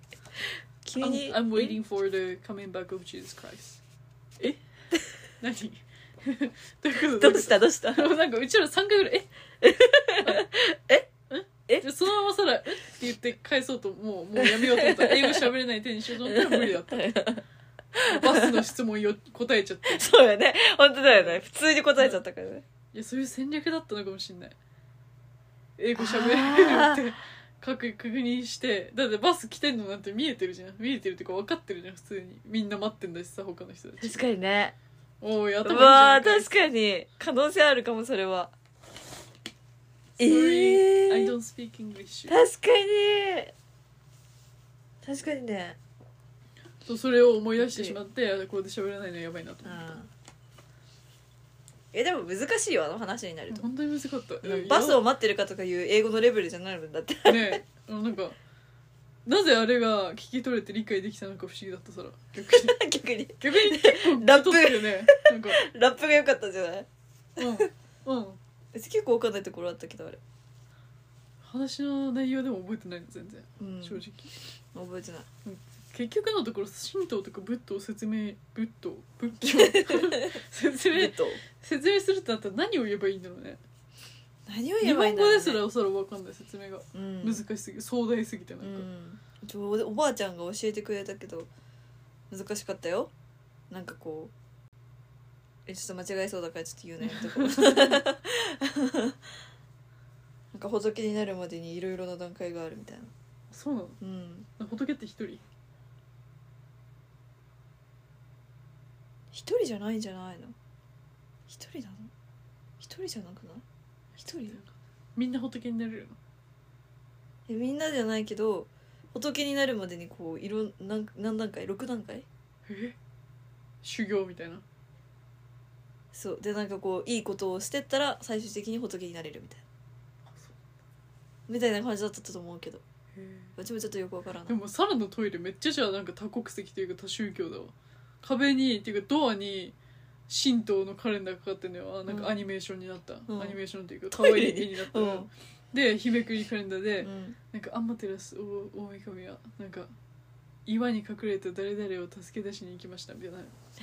Speaker 1: 急
Speaker 2: I'm,
Speaker 1: に
Speaker 2: I'm waiting for the coming back of Jesus Christ [LAUGHS] え何 [LAUGHS] どういうこと
Speaker 1: どうしたどうした
Speaker 2: で [LAUGHS] もなんかうちら3回ぐらい「ええ
Speaker 1: [LAUGHS] え
Speaker 2: でそのままさら「えっ?」て言って返そうともうもうやめようと思った英語喋れない手にしようと思ったら無理だったバスの質問よ答えちゃって
Speaker 1: そうよね本当だよね普通に答えちゃったからね
Speaker 2: いやそういう戦略だったのかもしれない英語喋れるって確確認してだってバス来てんのなんて見えてるじゃん見えてるっていうか分かってるじゃん普通にみんな待ってんだしさ他の人たち
Speaker 1: 確かにね
Speaker 2: おおやった
Speaker 1: うわー確かに可能性あるかもそれはええ
Speaker 2: Sorry, I
Speaker 1: ー
Speaker 2: don't speak English
Speaker 1: 確かに確かにね
Speaker 2: そうそれを思い出してしまってあこれで喋れないのやばいなと
Speaker 1: う
Speaker 2: 思った
Speaker 1: んえでも難しいよあの話になると
Speaker 2: 本当に難しかった、なんか
Speaker 1: バスを待ってるかとかいう英語のレベルじゃないもんだって [LAUGHS]
Speaker 2: やねあのなんかなぜあれが聞き取れて理解できたのか不思議だったさら逆
Speaker 1: [LAUGHS]
Speaker 2: に
Speaker 1: 逆に
Speaker 2: 逆に結構
Speaker 1: ラップ
Speaker 2: 聞き取ったよねなんか
Speaker 1: ラップが良かったんじゃない
Speaker 2: うんうん
Speaker 1: うち結構分かんないところあったけどあれ、
Speaker 2: 話の内容でも覚えてないの全然、
Speaker 1: うん、
Speaker 2: 正
Speaker 1: 覚
Speaker 2: 直
Speaker 1: えてない
Speaker 2: 結局のところ神道とか仏道を説明仏道仏
Speaker 1: [LAUGHS]
Speaker 2: 教説
Speaker 1: え
Speaker 2: 明
Speaker 1: っと
Speaker 2: 説明するってなったら何を言えばいいんだろうね
Speaker 1: 何を
Speaker 2: 日
Speaker 1: 言えばいい
Speaker 2: 本語
Speaker 1: んだろう、ね、
Speaker 2: ですらおそら分かんない説明が
Speaker 1: うん
Speaker 2: 難しすぎ壮大すぎてなん
Speaker 1: う
Speaker 2: か、
Speaker 1: んちょうどおばあちゃんが教えてくれたけど難しかったよなんかこうえちょっと間違えそうだからちょっと言うのやめとこう
Speaker 2: [LAUGHS]
Speaker 1: なんか仏になるまでにいろいろな段階があるみたいな
Speaker 2: そうなの
Speaker 1: うん
Speaker 2: なんか仏って一人
Speaker 1: 一人じゃないんじゃないの一人なの一人じゃなくない一人
Speaker 2: みんな仏になれる
Speaker 1: えみんなじゃないけど仏になるまでにこういろん何何段階6段階
Speaker 2: え修行みたいな
Speaker 1: そうでなんかこういいことをしてったら最終的に仏になれるみたいなみたいな感じだったと思うけどうちもちょっとよくわからな
Speaker 2: で
Speaker 1: い
Speaker 2: もサラのトイレめっちゃじゃあなんか多国籍というか多宗教だわ壁にっていうかドアに神道のカレンダーかかってんのよあなん
Speaker 1: うん
Speaker 2: かアニメーションになった、
Speaker 1: うん
Speaker 2: アニメーションっていうか可
Speaker 1: トイ
Speaker 2: 愛
Speaker 1: レ
Speaker 2: い絵になった、
Speaker 1: うん
Speaker 2: で日めくりカレンダーで、
Speaker 1: うん
Speaker 2: なんかアンマテラス大大神はなんか岩に隠れた誰々を助け出しに行きましたみたいな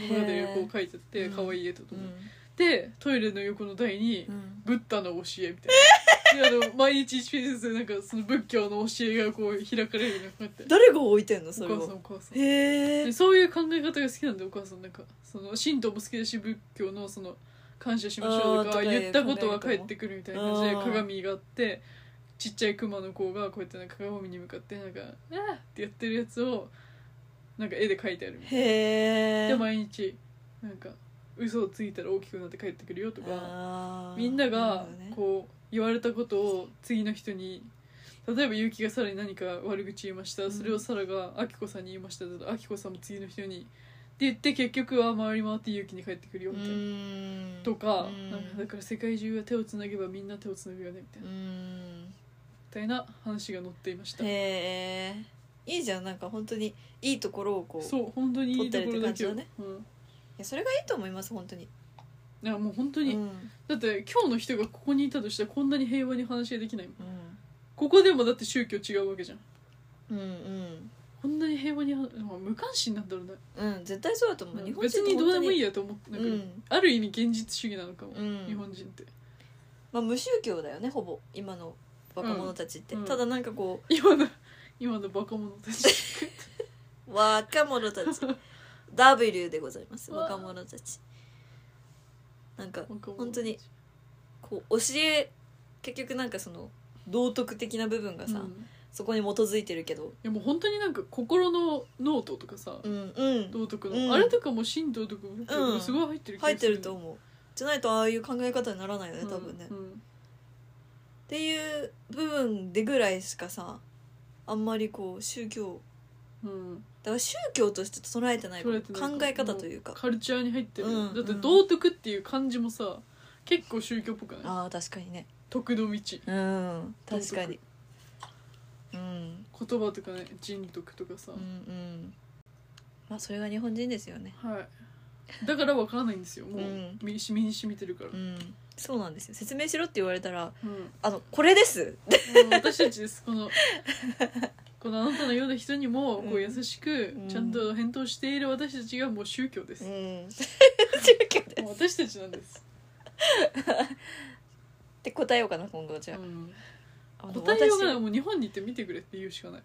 Speaker 2: 物語
Speaker 1: へ
Speaker 2: が
Speaker 1: ー
Speaker 2: こう書いてあって
Speaker 1: うん
Speaker 2: 可愛い絵だと
Speaker 1: う
Speaker 2: 思って、
Speaker 1: ん
Speaker 2: でトイレの横の台に、
Speaker 1: うん
Speaker 2: ブッダの教えみた
Speaker 1: [LAUGHS]
Speaker 2: いなであの毎日1ページずつなんかその仏教の教えがこう開かれるようになって
Speaker 1: 誰が置いてんのそ
Speaker 2: お
Speaker 1: れ
Speaker 2: 母さん
Speaker 1: を
Speaker 2: お母さん
Speaker 1: へえ
Speaker 2: でそういう考え方が好きなんだよお母さんなんかその神道も好きだし仏教のその感謝しましょうと
Speaker 1: あーと
Speaker 2: か
Speaker 1: かいう
Speaker 2: 言ったことは返ってくるみたいな感じで
Speaker 1: あー
Speaker 2: 鏡があってちっちゃい熊の子がこうやってなんか鏡に向かってなんか「あーってやってるやつをなんか絵で描いてあるみたい
Speaker 1: へ
Speaker 2: な
Speaker 1: え
Speaker 2: で毎日なんか嘘をついたら大きくなって帰ってくるよとか。
Speaker 1: あー
Speaker 2: みんな
Speaker 1: る
Speaker 2: が
Speaker 1: ほどね
Speaker 2: こう言われたことを次の人に例えば結城がさらに何か悪口言いました、
Speaker 1: うん
Speaker 2: それをさらがあきこさんに言いましたあきこさんも次の人にって言って結局は回り回って結城に帰ってくるよ
Speaker 1: う
Speaker 2: みたいな、
Speaker 1: ーん
Speaker 2: とか
Speaker 1: うん
Speaker 2: なんかだから世界中が手をつなげばみんな手をつなぐよねみたいうな,、
Speaker 1: ん
Speaker 2: みたいな話が載っていました
Speaker 1: へえいいじゃんなんか本当にいいところをこうい
Speaker 2: そう本当にいいところだけ
Speaker 1: 撮
Speaker 2: を
Speaker 1: ってるって感じだね
Speaker 2: うん、
Speaker 1: やそれがいいと思います本当に
Speaker 2: いやもう本当に、
Speaker 1: うん、
Speaker 2: だって今日の人がここにいたとしたらこんなに平和に話ができないもん
Speaker 1: うん
Speaker 2: ここでもだって宗教違うわけじゃん
Speaker 1: うんうん
Speaker 2: こんなに平和に話まあ無関心なんだろうね
Speaker 1: うん絶対そうだと思う、日本
Speaker 2: 別
Speaker 1: 人って
Speaker 2: に
Speaker 1: 本
Speaker 2: どう
Speaker 1: 当
Speaker 2: でもいい
Speaker 1: に
Speaker 2: やと思ってなんか、
Speaker 1: うん
Speaker 2: ある意味現実主義なのかも、
Speaker 1: うん
Speaker 2: 日本人って
Speaker 1: まあ無宗教だよねほぼ今の若者たちって、
Speaker 2: うん
Speaker 1: ただなんかこ
Speaker 2: 今の今のバカ者たち
Speaker 1: [LAUGHS] う若者た
Speaker 2: [LAUGHS]
Speaker 1: ち W でございます
Speaker 2: わあ
Speaker 1: 若者たちなんか
Speaker 2: 若者たち
Speaker 1: 本当にこう教え結局なんかその道徳的な部分が
Speaker 2: うん
Speaker 1: さ、
Speaker 2: い
Speaker 1: そこに基づいてるけど
Speaker 2: やもう本当になんか心のノートとかさ、
Speaker 1: うんうん
Speaker 2: 道徳の、
Speaker 1: うん
Speaker 2: あれとかも神道とかもすごい入ってる気が
Speaker 1: 入っ
Speaker 2: す
Speaker 1: て
Speaker 2: る
Speaker 1: ると思うじゃないとああいう考え方にならないよね多分ね、
Speaker 2: うん
Speaker 1: っ
Speaker 2: うん
Speaker 1: ていう部分でぐらいしかさあんまりこう宗教
Speaker 2: うん
Speaker 1: だから宗教として捉えてないかも
Speaker 2: 捉えてないかも
Speaker 1: 考え方というか
Speaker 2: カルチャーに入ってる、
Speaker 1: うん
Speaker 2: だって道徳っていう漢字もさ結構宗教っぽくない
Speaker 1: ああ確かにね
Speaker 2: 徳の道
Speaker 1: うん
Speaker 2: 道
Speaker 1: 確
Speaker 2: 徳
Speaker 1: かにうん
Speaker 2: 言葉とかね人徳とかさ
Speaker 1: うんう、んまあそれが日本人ですよね
Speaker 2: はいだからわからないんですよもう、
Speaker 1: うん
Speaker 2: 身にし身に染みてるから、
Speaker 1: うんそうなんですよ説明しろって言われたら
Speaker 2: うん
Speaker 1: あのこれです
Speaker 2: もう私たちですこ
Speaker 1: [LAUGHS]
Speaker 2: のこのあなたのような人にもこ
Speaker 1: う
Speaker 2: うん優しく
Speaker 1: うん
Speaker 2: ちゃんと返答している私たちがもう宗教です、
Speaker 1: う
Speaker 2: も
Speaker 1: ん宗教で
Speaker 2: う私たちなんです、
Speaker 1: って答えようかな今後 [LAUGHS] じゃ
Speaker 2: うん
Speaker 1: あ,あの、
Speaker 2: 答えようがない
Speaker 1: 私
Speaker 2: もう日本に行って見てくれって言うしかない、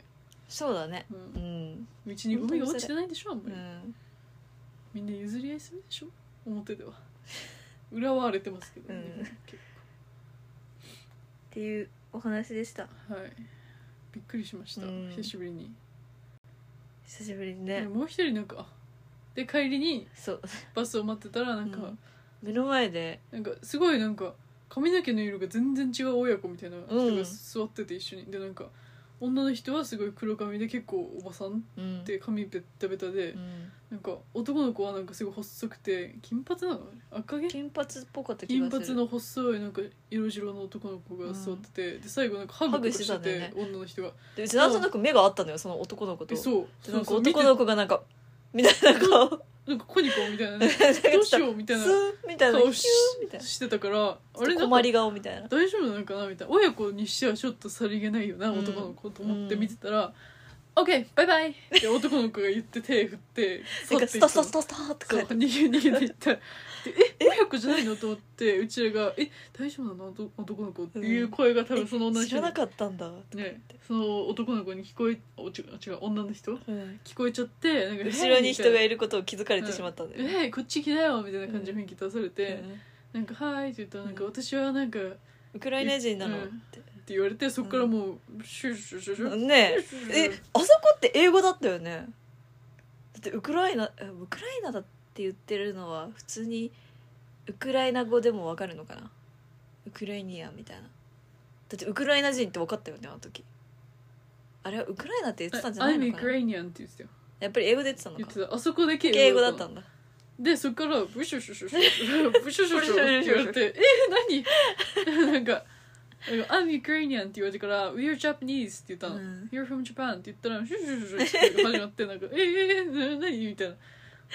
Speaker 1: そうだね
Speaker 2: うん
Speaker 1: う、ん、
Speaker 2: 道にゴミが落ちてないでしょあんま
Speaker 1: う
Speaker 2: り、
Speaker 1: ん、
Speaker 2: みんな譲り合いするでしょ表では裏は荒れてますけど、
Speaker 1: うん
Speaker 2: 日本結
Speaker 1: っていうお話でした
Speaker 2: 構はいびっくりしました、
Speaker 1: うん
Speaker 2: 久しぶりに、
Speaker 1: 久しぶりに
Speaker 2: で
Speaker 1: ね
Speaker 2: もう一人なんかあで帰りに
Speaker 1: そう
Speaker 2: バスを待ってたらなんか、
Speaker 1: うん目の前で
Speaker 2: なんかすごいなんか髪の毛の色が全然違う親子みたいな人
Speaker 1: う
Speaker 2: が
Speaker 1: ん
Speaker 2: 座ってて一緒に、でなんか女の人はすごい黒髪で結構おばさん
Speaker 1: うん
Speaker 2: で髪ベッタベタで、
Speaker 1: うん
Speaker 2: なんか男の子はなんかすごい細くて金髪なのあれ赤毛
Speaker 1: 金髪っぽかった気
Speaker 2: 金
Speaker 1: がする
Speaker 2: 髪の細いなんか色白の男の子が座ってて、で最後なんかハグとかしてて
Speaker 1: ハグしてたんだよね
Speaker 2: 女の人が
Speaker 1: でうちなんとなく目があったのよその男の子
Speaker 2: え
Speaker 1: と
Speaker 2: そう
Speaker 1: でなんか
Speaker 2: そうそう見て
Speaker 1: 男の子がなんかみたい
Speaker 2: [LAUGHS]
Speaker 1: な顔ど
Speaker 2: なんかコニコみたいな、
Speaker 1: [LAUGHS]
Speaker 2: ね、ど
Speaker 1: う
Speaker 2: うしようみたいな
Speaker 1: みたいな
Speaker 2: 顔
Speaker 1: ヒュ
Speaker 2: し
Speaker 1: ーみたいな
Speaker 2: してたからあれ
Speaker 1: ちょっ
Speaker 2: な
Speaker 1: と
Speaker 2: ん
Speaker 1: 困
Speaker 2: か
Speaker 1: り顔みたいな
Speaker 2: 大丈夫なのかなみたいな親子にしてはちょっとさりげないよな、
Speaker 1: うん
Speaker 2: 男の子と思って見てたら「オッケーバイバイ!」って男の子が言って手振って
Speaker 1: [LAUGHS] な
Speaker 2: 去
Speaker 1: んか
Speaker 2: って
Speaker 1: ス
Speaker 2: いった
Speaker 1: タ
Speaker 2: の
Speaker 1: スタスタスタって
Speaker 2: そう
Speaker 1: 帰って
Speaker 2: 逃げ逃げていったで「え親子じゃないの?」と思ってうちらが「え大丈夫なのど男の子?」っていう声が多分その女の
Speaker 1: 知
Speaker 2: 人
Speaker 1: ら
Speaker 2: に
Speaker 1: なかったんだ、
Speaker 2: ねその男の子に聞こえあおち違う女の人
Speaker 1: うん
Speaker 2: 聞こえちゃってなんか
Speaker 1: 後ろに人が
Speaker 2: い
Speaker 1: いることを気づかれてしまったんだよね、
Speaker 2: えこっち来なよ」みたいな感じの雰囲気出されて「
Speaker 1: うん
Speaker 2: なんかはーい」って言ったら「なんか
Speaker 1: うん
Speaker 2: 私はなんか」
Speaker 1: ウクライナ人なの
Speaker 2: う
Speaker 1: っ
Speaker 2: んって言われてそこからもうシュッシュッシュッシュ
Speaker 1: て、
Speaker 2: ッ
Speaker 1: ねえ
Speaker 2: シュッシュッシ
Speaker 1: え
Speaker 2: ュッ
Speaker 1: あそこって英語だったよねだってウクライナえウクライナだって言ってるのは普通にウクライナ語でもわかるのかなウクライニアみたいなだってウクライナ人って分かったよねあの時あれはウクライナって言ってたんじゃないの
Speaker 2: I'm
Speaker 1: かな
Speaker 2: Ukrainian って言ってたよ
Speaker 1: やっぱり英語で言ってたの
Speaker 2: 言っ
Speaker 1: か
Speaker 2: てたあそこだけ
Speaker 1: 英語だったんだ
Speaker 2: でそっからブシュシュシュシュシュブシュシュシュって言われて「え何?」なんか「I'm Ukrainian」って言われてから「We're Japanese」って言ったの「
Speaker 1: うん
Speaker 2: You're from Japan」って言ったら「シュシュシュシュ」って始まってなんか「えええ何?」みたいな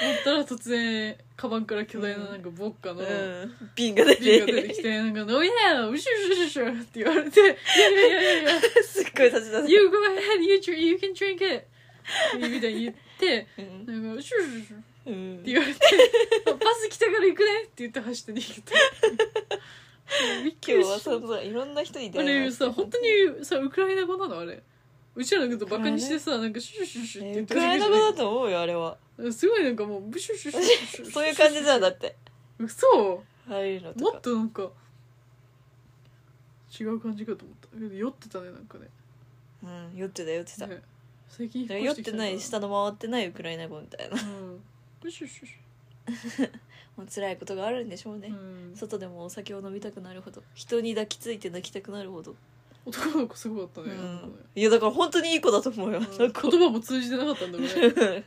Speaker 2: 思ったら突然カバンから巨大ななんかボッカの
Speaker 1: うん瓶が出
Speaker 2: 瓶
Speaker 1: て
Speaker 2: が出てきて「なんか No yeah! ブシュシュシュシュ」って言われて「いやいやいやいや
Speaker 1: すっごい立ち出す
Speaker 2: You go ahead you, drink, you can drink it」みたいに言って
Speaker 1: うん
Speaker 2: なんか「シュシュシュ」
Speaker 1: う
Speaker 2: っ
Speaker 1: ん
Speaker 2: て言われて「バス来たから行くね」って言って走って逃げてびっく
Speaker 1: 今
Speaker 2: り
Speaker 1: 日は
Speaker 2: し
Speaker 1: そんないろんな人に
Speaker 2: たあ
Speaker 1: 出会い
Speaker 2: れ
Speaker 1: ました
Speaker 2: さ本当にさウクライナ語なのあれうちらのことバカにしてさなんかシュシュシュって
Speaker 1: え
Speaker 2: 言
Speaker 1: ウ
Speaker 2: って
Speaker 1: クライナ語だと思うよあれは
Speaker 2: だすごいなんかもうブシュシュシュシュシュ
Speaker 1: そういう感じじゃんだって
Speaker 2: そ
Speaker 1: 入るの
Speaker 2: うもっ
Speaker 1: とか
Speaker 2: となんか違う感じかと思ったけど酔ってたねなんかね
Speaker 1: うん酔ってた酔ってた
Speaker 2: ね最近引っ越
Speaker 1: 酔っ
Speaker 2: してき
Speaker 1: て
Speaker 2: たから
Speaker 1: ない下の回ってないウクライナ語みたいな [LAUGHS]
Speaker 2: うんブシュシュシ
Speaker 1: もう辛いことがあるんでしょうね、
Speaker 2: ュうん
Speaker 1: 外でもお酒を飲みたくなるほど人に抱きついて泣きたくなるほど、
Speaker 2: 男の子すごかった
Speaker 1: う
Speaker 2: ねなんかね
Speaker 1: ん、いやだから本当にいい子だと思うよ、
Speaker 2: うん
Speaker 1: な
Speaker 2: [LAUGHS] 言
Speaker 1: んか [LAUGHS] い
Speaker 2: 葉も通じてなかったん
Speaker 1: [LAUGHS]
Speaker 2: だろうね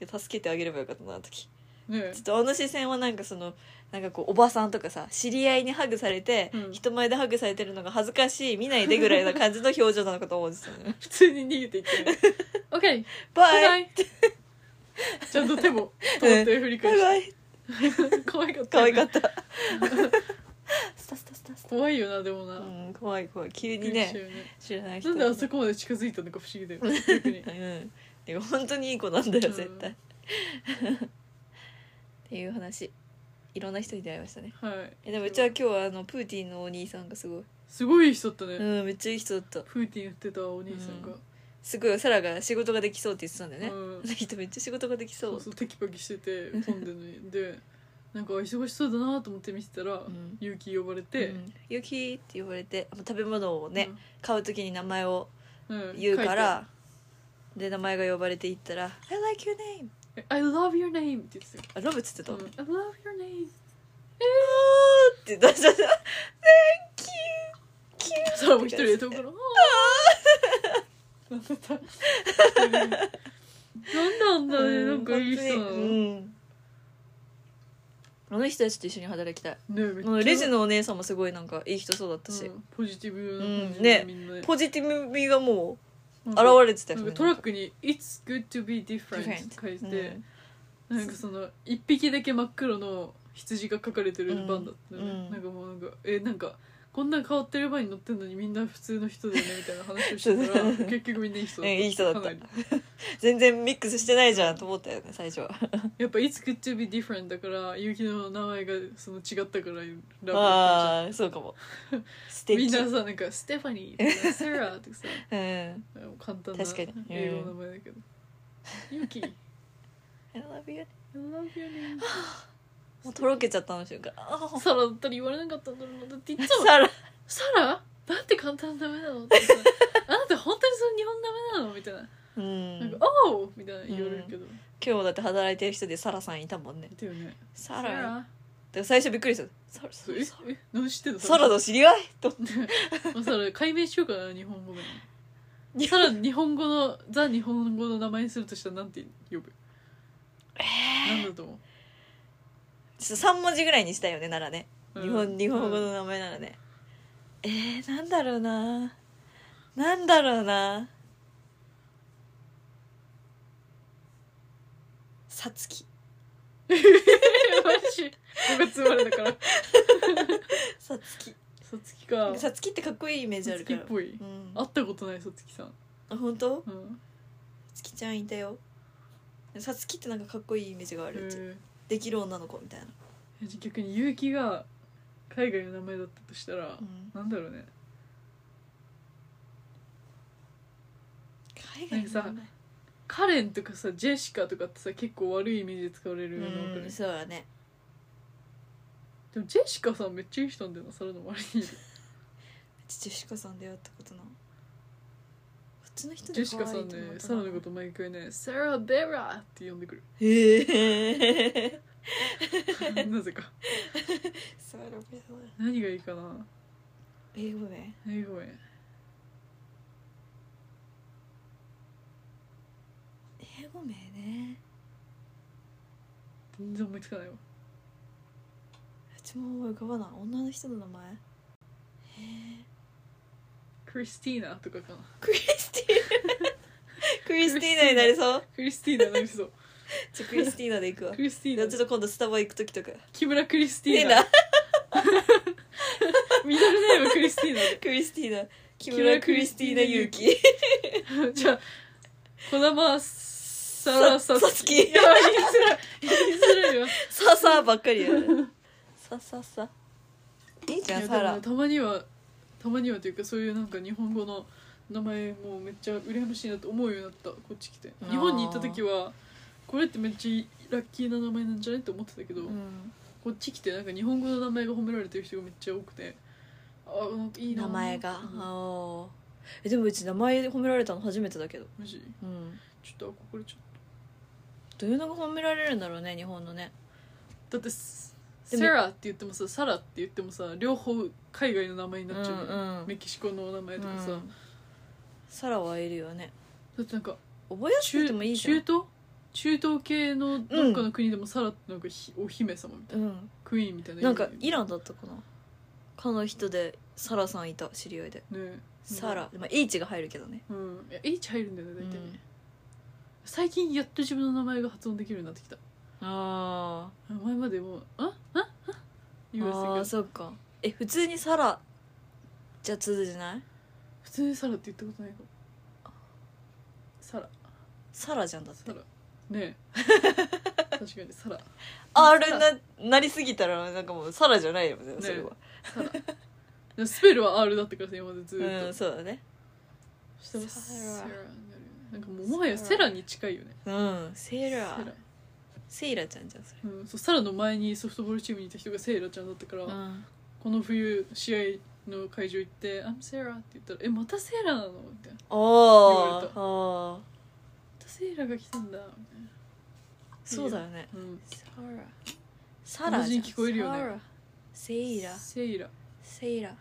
Speaker 1: や助けてあげればよかったなあの時
Speaker 2: ね
Speaker 1: ちょっ [LAUGHS] とあの視線はなんかそのなんかこうおばさんとかさ知り合いにハグされて、
Speaker 2: うん
Speaker 1: 人前でハグされてるのが恥ずかしい見ないでぐらいな感じの表情なのかと思うんですよね
Speaker 2: 普通に逃げていってね [LAUGHS] OK
Speaker 1: バ
Speaker 2: バ
Speaker 1: イ
Speaker 2: イ
Speaker 1: バ
Speaker 2: バ
Speaker 1: イ
Speaker 2: イ [LAUGHS] ちゃんと手も止まって振り
Speaker 1: バ
Speaker 2: 返
Speaker 1: イ
Speaker 2: して
Speaker 1: [LAUGHS] バイ
Speaker 2: [LAUGHS] 可愛かった
Speaker 1: 可
Speaker 2: よ
Speaker 1: 愛
Speaker 2: ね
Speaker 1: かったスタスタスタスタ
Speaker 2: 怖いよなでもな、
Speaker 1: うん怖い怖い急
Speaker 2: びっ
Speaker 1: に
Speaker 2: くりした
Speaker 1: ね
Speaker 2: よね
Speaker 1: 知らない人
Speaker 2: なんであそこまで近づいたのか不思議だよ逆に
Speaker 1: うんでも本当にいい子なんだよ
Speaker 2: うん
Speaker 1: 絶対っていう話いろんな人に出会いましたね
Speaker 2: はい
Speaker 1: えでもうちは今日はあのプーティンのお兄さんがすごい
Speaker 2: すごいいい人だったね、
Speaker 1: うんめっちゃいい人だった
Speaker 2: プーティンやってたお兄さんが、
Speaker 1: すごいサラが仕事ができそうって言ってたんだよね、
Speaker 2: うん
Speaker 1: あの人めっちゃ仕事ができそ
Speaker 2: そううそうテキパキしてて混んでるのにでなんか忙しそうだなと思って見てたら、
Speaker 1: ん
Speaker 2: 勇気呼ばれて、
Speaker 1: うん「ゆき」って呼ばれてあの食べ物をね、
Speaker 2: うん
Speaker 1: 買う時に名前を
Speaker 2: うん
Speaker 1: 言うからで名前が呼ばれていったら「I like your name
Speaker 2: 書いて「I love your name」って言ってたよ」
Speaker 1: あロブっつってた、
Speaker 2: うん「I love your name
Speaker 1: あーって出しちゃった「Thank you」キュー
Speaker 2: それも一人で遠くの「あーなんだったなんなんだねなんかいい人なの、
Speaker 1: うんあの人たちと一緒に働きたい
Speaker 2: ねめっち
Speaker 1: う
Speaker 2: ゃ
Speaker 1: んレジのお姉さんもすごいなんかいい人そうだったし、
Speaker 2: うんポジティブな感じ
Speaker 1: うんね
Speaker 2: みんなね
Speaker 1: ポジティブ味がも
Speaker 2: 現
Speaker 1: う現れてたよ
Speaker 2: なん
Speaker 1: ね
Speaker 2: かトラックに「It's good to be different」って書いて、なんかその一匹だけ真っ黒の羊が描かれてるバンだったよね、
Speaker 1: うん
Speaker 2: なんかもうなんかえなんかこんな変わってるバンに乗ってんのにみんな普通の人だよねみたいな話をしてたら結局みんないい人だ
Speaker 1: うんいい人だった
Speaker 2: かなり
Speaker 1: 全然ミックスしてないじゃんと思ったよね最初は
Speaker 2: やっぱ「It's good to be different」だから結城の名前がその違ったからラブだっ
Speaker 1: ああそうかも素
Speaker 2: た
Speaker 1: 敵
Speaker 2: [LAUGHS] みんなさなんか「ステファニー」とか「サラ」とかさ
Speaker 1: うん
Speaker 2: 簡単な
Speaker 1: [LAUGHS] 確かに
Speaker 2: 英語の名前だけ
Speaker 1: [LAUGHS]
Speaker 2: ど「ユキ」
Speaker 1: I love you
Speaker 2: I love your name
Speaker 1: もうとろけちゃったの瞬間あ
Speaker 2: [LAUGHS]
Speaker 1: ー
Speaker 2: サラだったら言われなかったんだろうなだっていつも
Speaker 1: サラ
Speaker 2: サラなんて簡単な名前なのってさあなた本当にその日本の名前なのみたいな
Speaker 1: う
Speaker 2: なん
Speaker 1: ん
Speaker 2: か
Speaker 1: 今
Speaker 2: 「おう!」みたいな言われるけど、
Speaker 1: 日もだって働いてる人でサラさんいたもんね
Speaker 2: だよね
Speaker 1: サラだから最初びっくりしたサラ
Speaker 2: そ
Speaker 1: サ
Speaker 2: う
Speaker 1: ラ
Speaker 2: え
Speaker 1: サラ
Speaker 2: え何してんの
Speaker 1: サラの知り合いと思っ
Speaker 2: まあサラ解明しようかな日本
Speaker 1: [LAUGHS]
Speaker 2: 語で [LAUGHS]
Speaker 1: て
Speaker 2: サラ日本語のザ日本語の名前にするとしたらなんて呼ぶなんだと思
Speaker 1: ちょっと3文字ぐらいにしたいよねならね
Speaker 2: う
Speaker 1: 日本日本語
Speaker 2: うん [LAUGHS]
Speaker 1: の名前ならねえー、なんだろうななんだろうなさつき
Speaker 2: えマジ5月生まれだから
Speaker 1: さつき
Speaker 2: さつきか
Speaker 1: さつきってかっこいいイメージあ
Speaker 2: さ
Speaker 1: る
Speaker 2: つ
Speaker 1: か
Speaker 2: きっ
Speaker 1: ら
Speaker 2: ぽい
Speaker 1: うん、
Speaker 2: 会ったことないさつきさん、
Speaker 1: あ本当
Speaker 2: うん、
Speaker 1: さつきちゃんいたよさつきってなんかかっこいいイメージがあるうち
Speaker 2: へえ
Speaker 1: できる女の子みたいな、
Speaker 2: 逆に結城が海外の名前だったとしたら、
Speaker 1: うん
Speaker 2: なんだろうね
Speaker 1: 海外の名前
Speaker 2: なんカレンとかさジェシカとかってさ結構悪いイメージで使われるようなの
Speaker 1: うんそうだね
Speaker 2: でもジェシカさんめっちゃいい人なんだよなそれの周
Speaker 1: [LAUGHS]
Speaker 2: りにいる
Speaker 1: ジェシカさん出会ったことなこっちの人
Speaker 2: ジ
Speaker 1: で
Speaker 2: ェシカさんねサラのこと毎回ね「サラ・ベラ!」って呼んで
Speaker 1: [LAUGHS]
Speaker 2: くる
Speaker 1: へえ
Speaker 2: なぜか
Speaker 1: サラベラ
Speaker 2: 何がいいかな
Speaker 1: 英語ね
Speaker 2: 英語ね
Speaker 1: 英語名ね
Speaker 2: 全然思いつかないわ
Speaker 1: うちも思い浮かばない女の人の名前へえ
Speaker 2: クリスティーナとかかな
Speaker 1: クリスティーナクリスティーナになりそう
Speaker 2: クリスティーナなり
Speaker 1: [LAUGHS]
Speaker 2: そう
Speaker 1: じゃあクリスティーナで行くわ
Speaker 2: クリスティ
Speaker 1: ちょっ
Speaker 2: ーナ
Speaker 1: と今度スタバ行く時とか
Speaker 2: 木村クリステ
Speaker 1: テ
Speaker 2: ィ
Speaker 1: ィ
Speaker 2: ー
Speaker 1: ーナ
Speaker 2: ナミドルネームクリスティーナで
Speaker 1: クリスティーナ木村
Speaker 2: 村
Speaker 1: ク
Speaker 2: ク
Speaker 1: リ
Speaker 2: リ
Speaker 1: ス
Speaker 2: ス
Speaker 1: テ
Speaker 2: ティ
Speaker 1: ィー
Speaker 2: ー
Speaker 1: ナ
Speaker 2: ナ
Speaker 1: 勇
Speaker 2: 勇
Speaker 1: 気 [LAUGHS]
Speaker 2: じゃあ、小玉サラサ
Speaker 1: さつき [LAUGHS]
Speaker 2: いや、言いづらい。言いづらいよ。
Speaker 1: さあさあばっかりや [LAUGHS] るさあさあさあいいじゃん
Speaker 2: いや
Speaker 1: サ
Speaker 2: でも
Speaker 1: ラ
Speaker 2: ねたまには、たまにはというか、そういうなんか日本語の名前もめっちゃ羨ましいなと思うようになった、こっち来て
Speaker 1: あ。ー
Speaker 2: 日本に行った時は、これってめっちゃラッキーな名前なんじゃないって思ってたけど、
Speaker 1: うん
Speaker 2: こっち来てなんか日本語の名前が褒められてる人がめっちゃ多くて、あ、なんかいいな
Speaker 1: 名前が
Speaker 2: うん
Speaker 1: おーえでもうち名前褒められたの初めてだけど
Speaker 2: マジ
Speaker 1: うん
Speaker 2: ちょっとこれちょっ
Speaker 1: どういうのが褒められるんだろうね日本のね
Speaker 2: と。だって、サ
Speaker 1: でも
Speaker 2: ラって言ってもさ、サラって言ってもさ、両方海外の名前になっちゃうじゃん
Speaker 1: ん
Speaker 2: メキシコの名前とかさ、
Speaker 1: う
Speaker 2: だ
Speaker 1: んサラはいるよね
Speaker 2: ってなんか
Speaker 1: 覚えやすくて
Speaker 2: 中
Speaker 1: もいいじゃん
Speaker 2: 中東中東系のどっかの国でもサラってなんかひお姫様みたいな
Speaker 1: うん
Speaker 2: クイーンみたいな
Speaker 1: なんかイ
Speaker 2: い
Speaker 1: ランだったかなかの人でサラさんいた知り合いで
Speaker 2: ね
Speaker 1: サラ、まあ、H が入るけどね
Speaker 2: うんいや H 入るんだよね大体ね、
Speaker 1: うん
Speaker 2: 最近やっと自分の名前が発音できるようになってきた
Speaker 1: あ
Speaker 2: 名前までもう「あああ
Speaker 1: ー
Speaker 2: 言わ
Speaker 1: あー
Speaker 2: せて
Speaker 1: そっかえ普通にサラじゃ通じない
Speaker 2: 普通にサラって言ったことないかもサラ
Speaker 1: サラじゃんだって
Speaker 2: サラ
Speaker 1: [LAUGHS]
Speaker 2: ねえ確かにサラ
Speaker 1: R ななりすぎたらなんかもうサラじゃないよねそれは、
Speaker 2: サラでもスペルは R だったからさ今までずーっと、
Speaker 1: うんそうだね
Speaker 2: そしたら
Speaker 1: サ
Speaker 2: セ
Speaker 1: ラ
Speaker 2: ラになるよねなんかもうもはやセラに近いよね
Speaker 1: うんセイラセイラちゃんじゃんそれ
Speaker 2: うん、そうサラの前にソフトボールチームにいた人がセイラちゃんだったから、
Speaker 1: うん
Speaker 2: この冬試合の会場行って「I'm Sarah」って言ったら「えまたセイラなの?」みたいな「ま
Speaker 1: あ
Speaker 2: 言われ
Speaker 1: ー
Speaker 2: た
Speaker 1: あー
Speaker 2: たセイラが来たんだ」みたいな
Speaker 1: そうだよね
Speaker 2: うん
Speaker 1: サラサラじゃ
Speaker 2: 同
Speaker 1: ん
Speaker 2: 時に聞こえるよね
Speaker 1: サラセイラ
Speaker 2: セイラ
Speaker 1: セイラ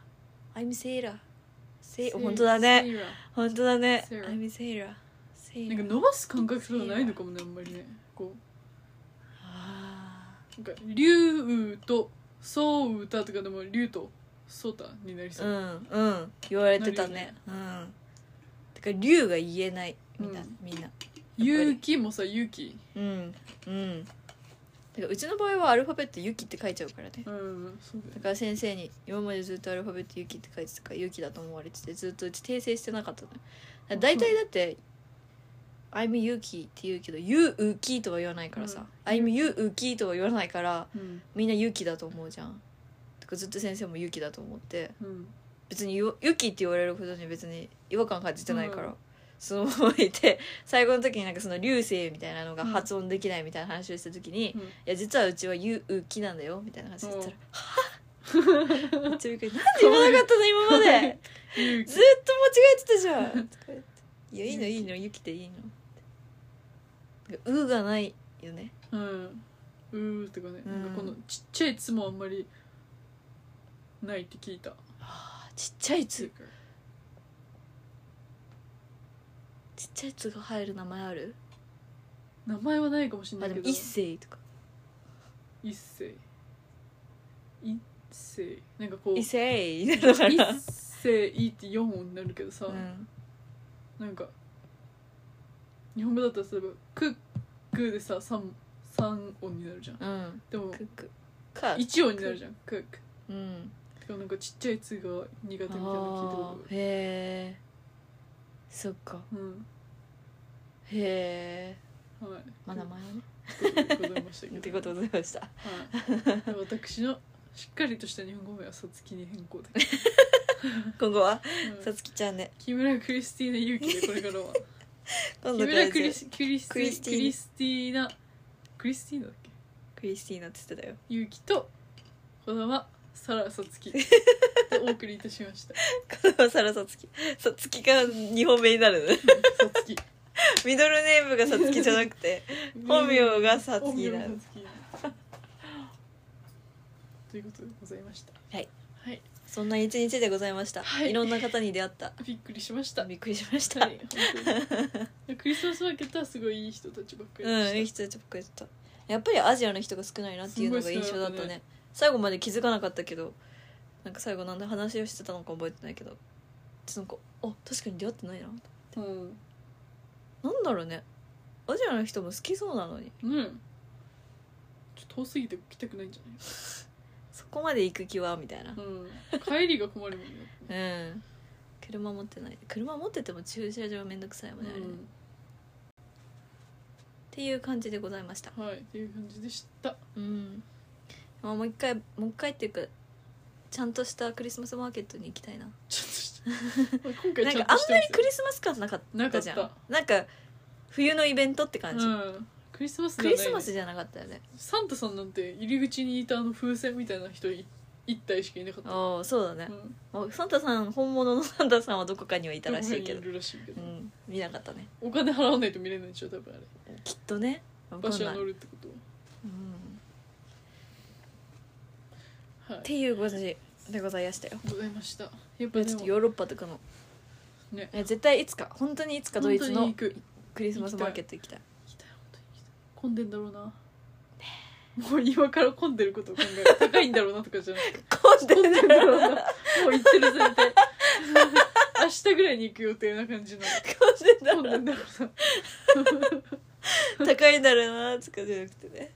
Speaker 1: I'm セイラセイ
Speaker 2: セイ
Speaker 1: 本当だね
Speaker 2: セイラ
Speaker 1: 本当だね
Speaker 2: セイラ
Speaker 1: I'm セイラセイ
Speaker 2: なん
Speaker 1: ラ
Speaker 2: か伸ばす感覚とかないのかもねあんまりねこ
Speaker 1: あ
Speaker 2: うなんか「竜雨」と「そう歌」とかでも「竜」と「そうた」になり
Speaker 1: ー
Speaker 2: そうう、
Speaker 1: んうん言われてたねうんてか龍が言えないみたいな
Speaker 2: うん
Speaker 1: みんな
Speaker 2: 勇気もさ「勇気
Speaker 1: うんうんてかうちの場合はアルファベット「ゆき」って書いちゃうからね」
Speaker 2: うんそうだよ
Speaker 1: だ
Speaker 2: ね
Speaker 1: から先生に今までずっとアルファベット「ゆき」って書いてたから「ゆき」だと思われててずっとうち訂正してなかったのよだから大体だって「I'm ゆき」って言うけど「ゆうき」とは言わないからさ
Speaker 2: う
Speaker 1: 「
Speaker 2: ん
Speaker 1: I'm ゆうき」とは言わないから
Speaker 2: うん
Speaker 1: みんな「ゆき」だと思うじゃんだからずっと先生も「ゆき」だと思って
Speaker 2: うん
Speaker 1: 別によ「ゆき」って言われることに別に違和感感じてないから、そのままいて最後の時になんかその「流星」みたいなのが発音できないみたいな話をした時に「
Speaker 2: うん
Speaker 1: いや実はうちは「ゆうき」なんだよみたいな話をしたら「はっ!」めっち
Speaker 2: [LAUGHS]
Speaker 1: ゃびっくり「なんで言わなかったの今まで
Speaker 2: 勇気
Speaker 1: ずっと間違えてたじゃん」とか言っていやいいのいいのゆきでいいの」なんかう」がないよね
Speaker 2: うんうーとかね、
Speaker 1: うん
Speaker 2: なんかこのちっちゃい「つ」もあんまりないって聞いた
Speaker 1: あちっちゃい「つ」
Speaker 2: 「
Speaker 1: ちっちゃい「つ」が入る名前ある
Speaker 2: 名前はないかもしれな
Speaker 1: あ
Speaker 2: い
Speaker 1: で
Speaker 2: け
Speaker 1: も「
Speaker 2: ど
Speaker 1: 一星」とか
Speaker 2: 一世一世なんか
Speaker 1: 「
Speaker 2: こう
Speaker 1: 一
Speaker 2: 一
Speaker 1: 星」みたいなのかな
Speaker 2: 世いいって4音になるけどさ、
Speaker 1: うん
Speaker 2: なんか日本語だったら例えば「く」「く」でさ 3, 三音になるじゃん
Speaker 1: うん
Speaker 2: でも
Speaker 1: クックか
Speaker 2: 1音になるじゃん「く」く
Speaker 1: うん
Speaker 2: てかなんかちっちゃい「つ」が苦手みたいなの聞いた
Speaker 1: あ
Speaker 2: ことあ
Speaker 1: ーへえそっか
Speaker 2: るうん
Speaker 1: へえ
Speaker 2: はい
Speaker 1: まあ名前はね
Speaker 2: ということでございましたけど
Speaker 1: [LAUGHS] ってことでございました
Speaker 2: はい、私のしっかりとした日本語名はさつきに変
Speaker 1: [LAUGHS]
Speaker 2: 更で、
Speaker 1: 今後は
Speaker 2: うん
Speaker 1: さつきちゃんで
Speaker 2: 木村クリスティーナ勇気でこれからは
Speaker 1: 今
Speaker 2: 木
Speaker 1: 度
Speaker 2: 村クリ
Speaker 1: リ
Speaker 2: スクリス
Speaker 1: クリスティーナ
Speaker 2: クリスティーナクリスティーナだっけ
Speaker 1: クリスティーナって言ってたよ
Speaker 2: 勇気と子供はサラさつきでお送りいたしました
Speaker 1: これはさらさつきさつきが2本目になるのね [LAUGHS]
Speaker 2: さつき
Speaker 1: ミドルネームがさつきじゃなくて本名がさつ
Speaker 2: 本
Speaker 1: き
Speaker 2: 名
Speaker 1: な
Speaker 2: がさ
Speaker 1: の
Speaker 2: つきということでございました
Speaker 1: はい、
Speaker 2: はい、
Speaker 1: そんな一日でございました、
Speaker 2: はい
Speaker 1: い、ろんな方に出会った
Speaker 2: びっくりしました
Speaker 1: びっくりしました、
Speaker 2: はい本当にクリスマスマーケットはすごいいい人たちばっかりでした、
Speaker 1: うんいい人たちばっかりだったやっぱりアジアの人が少ないなっていうのが印象だったね最後まで気づかなかったけどなんか最後なんで話をしてたのか覚えてないけどちょっとなんかあ確かに出会ってないな
Speaker 2: うん
Speaker 1: なんだろうねアジアの人も好きそうなのに
Speaker 2: ねちょっと遠すぎて来たくないんじゃ
Speaker 1: そこまで行く気はみたいな
Speaker 2: ない、うん、帰りが困るもんね、
Speaker 1: うん車持ってない車持ってても駐車場めんどくさいもんね、あれねっ
Speaker 2: う
Speaker 1: ていう感じでございました
Speaker 2: ん、はいっていう感じでした
Speaker 1: うん、まあ、もう一回もう一回っていうかちゃんとしたクリスマスマーケットに行きたいな
Speaker 2: ちょっとした今回
Speaker 1: なん
Speaker 2: ちゃん
Speaker 1: かあん
Speaker 2: として
Speaker 1: ま
Speaker 2: ま
Speaker 1: り
Speaker 2: す
Speaker 1: クリスマス感なかったじゃん
Speaker 2: なかっ
Speaker 1: なんか冬のイベントって感じ、
Speaker 2: うん、クリスマスじゃ
Speaker 1: ク
Speaker 2: ない
Speaker 1: リスマスじゃなかったよね
Speaker 2: サンタさんなんて入り口にいたあの風船みたいな人い一体しかいなかった、
Speaker 1: おおそうだね
Speaker 2: う、ん、
Speaker 1: まあサンタさん本物のサンタさんはどこかにはいたらしいけど
Speaker 2: どこかにい、るらしいけ
Speaker 1: う
Speaker 2: ど、
Speaker 1: ん、見なかったね
Speaker 2: お金払わないと見れないでしょ多分あれ
Speaker 1: きっとねわか
Speaker 2: 馬
Speaker 1: ん
Speaker 2: 車
Speaker 1: ない、
Speaker 2: 乗
Speaker 1: うん、っ
Speaker 2: るってことははい
Speaker 1: ていう感じでございましたよ
Speaker 2: ございましたやっ
Speaker 1: ちょ
Speaker 2: ぱ
Speaker 1: っ
Speaker 2: で
Speaker 1: と
Speaker 2: も
Speaker 1: ヨーロッパとかの、
Speaker 2: ね
Speaker 1: いや絶対いつか本当にいつかドイツの
Speaker 2: 本当に行く
Speaker 1: クリスマスマーケット行きたい
Speaker 2: 行きたい本当に行きたい混んでんだろうなもう今から混んでることを考える高いんだろうなとかじゃ
Speaker 1: [LAUGHS]
Speaker 2: なくて
Speaker 1: 混んで
Speaker 2: 混んでん
Speaker 1: る
Speaker 2: だろうなもう行ってる [LAUGHS] 前提明日ぐらいに行く予定な感じの混
Speaker 1: 混ん
Speaker 2: んで
Speaker 1: でる
Speaker 2: んだろうな
Speaker 1: [LAUGHS] 高いんだろうなとかじゃなくてね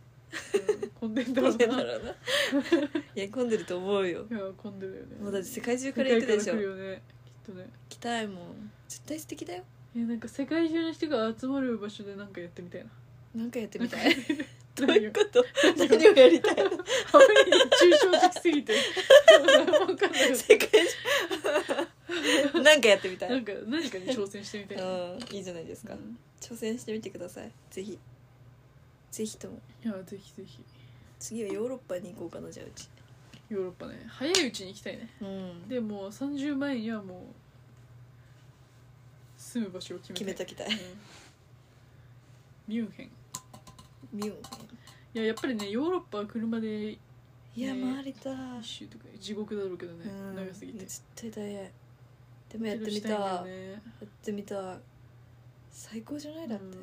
Speaker 2: うん混んでんだろ
Speaker 1: 混
Speaker 2: うん
Speaker 1: でんだ
Speaker 2: ない
Speaker 1: ろうな
Speaker 2: [LAUGHS]
Speaker 1: いや混んでると思うよ
Speaker 2: や混んでるよね
Speaker 1: もうだって世界中
Speaker 2: 世
Speaker 1: か
Speaker 2: 界
Speaker 1: ら行くでしょ
Speaker 2: から来る
Speaker 1: 行
Speaker 2: よねきっとね
Speaker 1: きたいもん絶対素敵だよ
Speaker 2: えなんか世界中の人が集まる場所でなんかやってみたいな
Speaker 1: なんかやってみたいどういう
Speaker 2: か
Speaker 1: こと何をやりたい
Speaker 2: あまりに抽象的す
Speaker 1: [LAUGHS]
Speaker 2: ぎてわかんない
Speaker 1: 世界
Speaker 2: [LAUGHS]
Speaker 1: 中なんかやってみたい
Speaker 2: なんか何かに挑戦してみたいな、
Speaker 1: うんいいじゃないですか、
Speaker 2: うん
Speaker 1: 挑戦してみてくださいぜひぜひとも
Speaker 2: いやぜひぜひ
Speaker 1: 次はヨーロッパに行こうかなじゃあうち
Speaker 2: ヨーロッパね早いうちに行きたいね
Speaker 1: うん
Speaker 2: でもう30前にはもう住む場所を決
Speaker 1: 決
Speaker 2: め
Speaker 1: め
Speaker 2: た
Speaker 1: と
Speaker 2: い
Speaker 1: きた
Speaker 2: う
Speaker 1: い
Speaker 2: んミュンヘンい
Speaker 1: ミュン
Speaker 2: ややっぱりねヨーロッパは車で一
Speaker 1: いや
Speaker 2: ね
Speaker 1: 回りたい、
Speaker 2: 周とか地獄だろうけどね、
Speaker 1: うん
Speaker 2: 長すぎて
Speaker 1: 絶対大変でもやってみ
Speaker 2: けどしたいんだ
Speaker 1: いや
Speaker 2: よね
Speaker 1: ってみたい最高じゃないだって、
Speaker 2: うん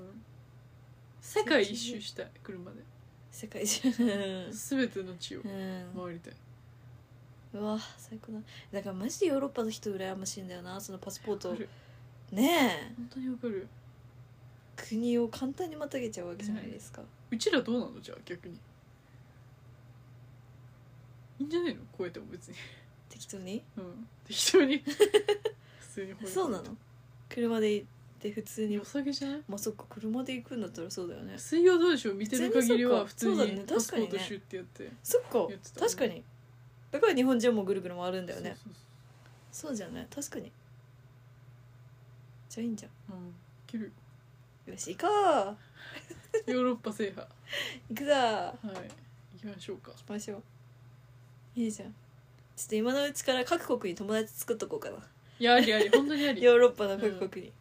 Speaker 2: 世界一周したい車で
Speaker 1: 世界中うん
Speaker 2: 全ての地を
Speaker 1: うん
Speaker 2: 回りたい、
Speaker 1: うわ最高だだからマジでヨーロッパの人羨ましいんだよなそのパスポー
Speaker 2: わ
Speaker 1: ト
Speaker 2: かる
Speaker 1: ねえ
Speaker 2: 本当にわかる
Speaker 1: 国を簡単にまたげちゃうわけじゃないですか、
Speaker 2: うちらどうなのじゃあ逆にいいんじゃないの超えても別に
Speaker 1: 適当に
Speaker 2: うん適当
Speaker 1: [LAUGHS]
Speaker 2: に普通に吠えて
Speaker 1: そうなの車で行って普通に
Speaker 2: 良さげじゃない
Speaker 1: まあそっか車で行くんだったらそうだよね
Speaker 2: 水曜どうでしょう見てる限りは普
Speaker 1: 普
Speaker 2: 通
Speaker 1: 通にそうか
Speaker 2: に
Speaker 1: そ
Speaker 2: パ
Speaker 1: う
Speaker 2: ス
Speaker 1: だ
Speaker 2: ポ
Speaker 1: ね
Speaker 2: ートシュってやって
Speaker 1: そっか
Speaker 2: 言ってた
Speaker 1: 確かにだから日本人もぐるぐる回るんだよね
Speaker 2: そうそう
Speaker 1: そうじゃない確かにじゃあいいんじゃ
Speaker 2: そううんいける
Speaker 1: んよし行こう
Speaker 2: ヨーロッパ制覇
Speaker 1: 行くぞ行
Speaker 2: はい行きましょうか
Speaker 1: きましょういいじゃんちょっと今のうちから各国に友達作っとこうかない
Speaker 2: やありあ
Speaker 1: [LAUGHS]
Speaker 2: り本当にありヨ
Speaker 1: ヨーロッパの各国に、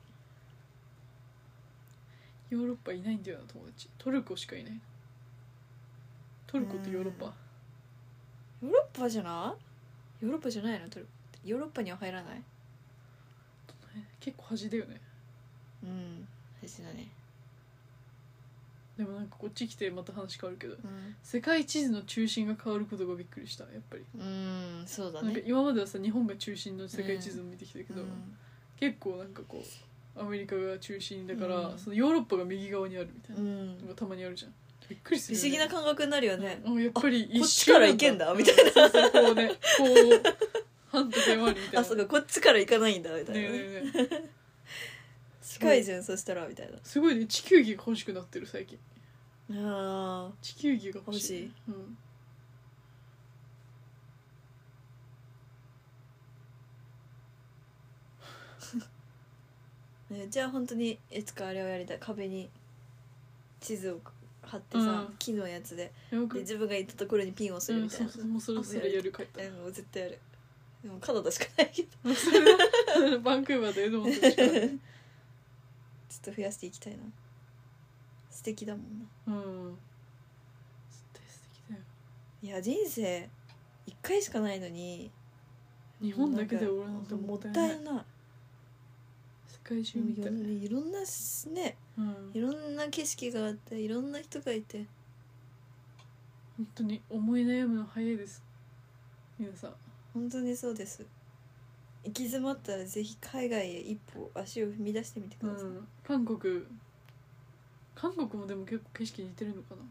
Speaker 2: ーロッパいないんだよな友達トルコしかいないトルコってヨーロッパ
Speaker 1: ヨーロッパじゃないヨーロッパじゃないのトルコってヨーロッパには入らない
Speaker 2: 結構端だよね
Speaker 1: うん私だね
Speaker 2: でもなんかこっち来てまた話変わるけど
Speaker 1: うん、
Speaker 2: 世界地図の中心が変わることがびっくりしたやっぱり、
Speaker 1: うん、そうだ
Speaker 2: なんか
Speaker 1: ね
Speaker 2: 今まではさ日本が中心の世界地図を見てきたけ
Speaker 1: う
Speaker 2: ど、
Speaker 1: ん
Speaker 2: 結構なんかこうアメリカが中心だから、
Speaker 1: うん
Speaker 2: そのヨーロッパが右側にあるみたいな
Speaker 1: う
Speaker 2: の
Speaker 1: ん
Speaker 2: がたまにあるじゃんびっくりする
Speaker 1: 不思議な感覚になるよね、
Speaker 2: うんやっぱり一
Speaker 1: こっち
Speaker 2: 周
Speaker 1: から行けんだみたい
Speaker 2: なそうそうこうねこう反時計回りみたい [LAUGHS] な
Speaker 1: あそうかこっちから行かないんだみたい
Speaker 2: ね
Speaker 1: な、
Speaker 2: えねえねえ
Speaker 1: 近いじゃんそしたらみたいな
Speaker 2: すごいね地球儀が欲しくなってる最近
Speaker 1: あ
Speaker 2: 地球儀が欲しい,、うん、
Speaker 1: ーねじゃあ本当にいつかあれをやりたい壁に地図を貼ってさ、
Speaker 2: うん
Speaker 1: 木のやつで
Speaker 2: やばく
Speaker 1: で自分が行ったところにピンをす
Speaker 2: う
Speaker 1: る
Speaker 2: ん
Speaker 1: みたい
Speaker 2: そう
Speaker 1: な、
Speaker 2: そうもうそれそれやるかった
Speaker 1: えもう絶対やるでもカナダしかないけど
Speaker 2: バンクーバーとエドモン [LAUGHS] トンしかない
Speaker 1: ちょっと増やしていきたいな素敵だもんな
Speaker 2: うん絶対素敵だよ
Speaker 1: いや人生一回しかないのに
Speaker 2: 日本だけで俺なんて
Speaker 1: も
Speaker 2: も
Speaker 1: っ
Speaker 2: った
Speaker 1: た
Speaker 2: い
Speaker 1: い
Speaker 2: な
Speaker 1: ないいな
Speaker 2: 世界中み
Speaker 1: い
Speaker 2: た
Speaker 1: ろ
Speaker 2: い、
Speaker 1: んいろんなね
Speaker 2: うん
Speaker 1: いろんな景色があっていろんな人がいて
Speaker 2: 本当に思い悩むの早いです皆さん
Speaker 1: 本当にそうです行き詰まったらぜひ海外へ一歩足を踏み出してみてく
Speaker 2: う
Speaker 1: ださい
Speaker 2: ん韓国韓国もでも結構景色似てるのかな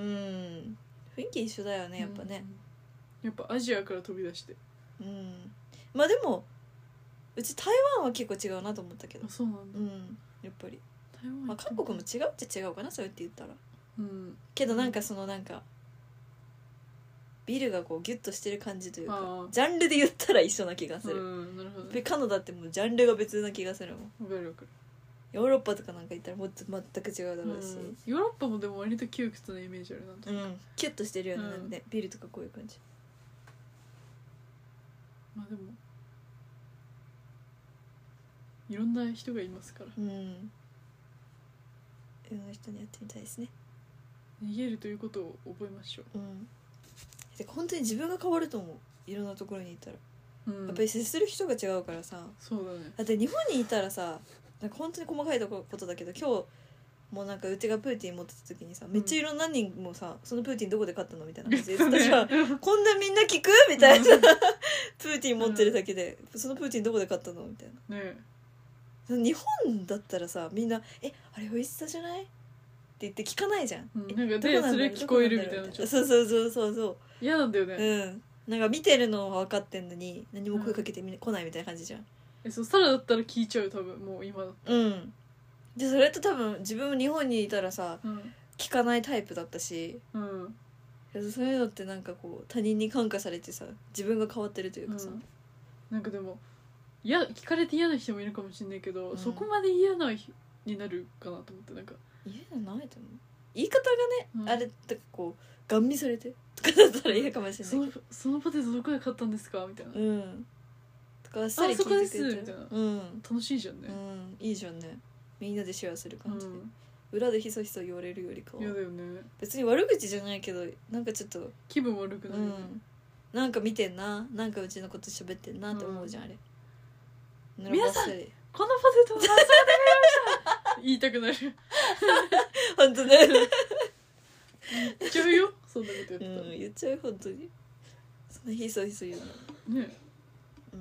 Speaker 1: うん雰囲気一緒だよねやっぱ
Speaker 2: う
Speaker 1: ね、
Speaker 2: んやっぱアジアから飛び出して
Speaker 1: うん、まあでもうち台湾は結構違うなと思ったけど
Speaker 2: あそうなんだ
Speaker 1: うんやっぱり、
Speaker 2: 台湾行
Speaker 1: まあ、
Speaker 2: ってみ
Speaker 1: 韓
Speaker 2: たい
Speaker 1: 国も違うっちゃ違うかなそうやって言ったら
Speaker 2: うん
Speaker 1: けどなんかそのなんかビルがこうギュッとしてる感じというか
Speaker 2: あ
Speaker 1: ジャンルで言ったら一緒な気が
Speaker 2: あ
Speaker 1: す
Speaker 2: う
Speaker 1: る、
Speaker 2: んなるほど
Speaker 1: で
Speaker 2: ね
Speaker 1: カナダってもうジャンルが別な気がするもん
Speaker 2: わかるわかる
Speaker 1: ヨーロッパとかなんか行ったらもっと全く違うだろうし、
Speaker 2: うんヨーロッパもでも割と窮屈なイメージあるなと
Speaker 1: うん、キュッとしてるよね、
Speaker 2: うん
Speaker 1: なんでビルとかこういう感じ
Speaker 2: まあでもいろんな人がいますから
Speaker 1: うんいろんな人にやってみたいですね
Speaker 2: 逃げるということを覚えましょ
Speaker 1: うんで本当に自分が変わると思ういろんなところにいたら、
Speaker 2: う、うん
Speaker 1: やっぱり接する人が違うからさ
Speaker 2: そうだね
Speaker 1: だって日本にいたらさなんか本当に細かいとこことだけど今日もうなんかうちがプーティン持ってた時にさめっちゃいろんな何人もさ「そのプーティンどこで買ったの?」みたいな
Speaker 2: [LAUGHS]
Speaker 1: 感じで言ってたじゃんこんなみんな聞くみたいなプーティン持ってるだけで、そのプーティンどこで買ったのみたいな
Speaker 2: ね
Speaker 1: 日本だったらさみんな「えあれ美味しさじゃない?」って言って聞かないじゃん、
Speaker 2: うん
Speaker 1: え
Speaker 2: なんか
Speaker 1: ど
Speaker 2: で
Speaker 1: こなんだろう
Speaker 2: それ聞こえる
Speaker 1: どなんだろう
Speaker 2: みたいな
Speaker 1: そうそうそうそうそう
Speaker 2: 嫌なんだよね、
Speaker 1: うんなんか見てるのは分かってんのに何も声かけてみ、来ないみたいな感じじゃん
Speaker 2: えそうサラだったら聞いちゃう多分もう今だ
Speaker 1: うんでそれって多分自分も日本にいたらさ
Speaker 2: うん
Speaker 1: 聞かないタイプだったし
Speaker 2: うん
Speaker 1: そういうのってなんかこう他人に感化されてさ自分が変わってるという
Speaker 2: う
Speaker 1: かさ、
Speaker 2: んなんかでもいや聞かれて嫌な人もいるかもしれないけど、
Speaker 1: うん
Speaker 2: そこまで嫌なひになるかなと思ってなんか、
Speaker 1: 家じゃないと思う言い方がね、
Speaker 2: うん
Speaker 1: あれとかこうガン見されてとかだったら嫌かもしれ
Speaker 2: そ
Speaker 1: ない
Speaker 2: のそのポテトどこで買ったんですかみたいな、
Speaker 1: うんとかあっさり聞いてくれて
Speaker 2: あそこですみたいな
Speaker 1: うん、
Speaker 2: 楽しいじゃんね
Speaker 1: うん、いいじゃんねみんなでシェアする
Speaker 2: う
Speaker 1: 感じで、
Speaker 2: ん
Speaker 1: 裏でひそひそ言われるよりかは
Speaker 2: 嫌、だよね
Speaker 1: 別に悪口じゃないけどなんかちょっと
Speaker 2: 気分悪くな
Speaker 1: う
Speaker 2: るよね、
Speaker 1: んなんか見てんななんかうちのこと喋ってんなって思うじゃん、あれ
Speaker 2: 皆さん
Speaker 1: んか
Speaker 2: このポテトは何で買いました言いたくなる
Speaker 1: ほんとね、
Speaker 2: 言っちゃうよそんなことやって
Speaker 1: うん、言っちゃう本当にそのひそひそ言うの
Speaker 2: たらね
Speaker 1: う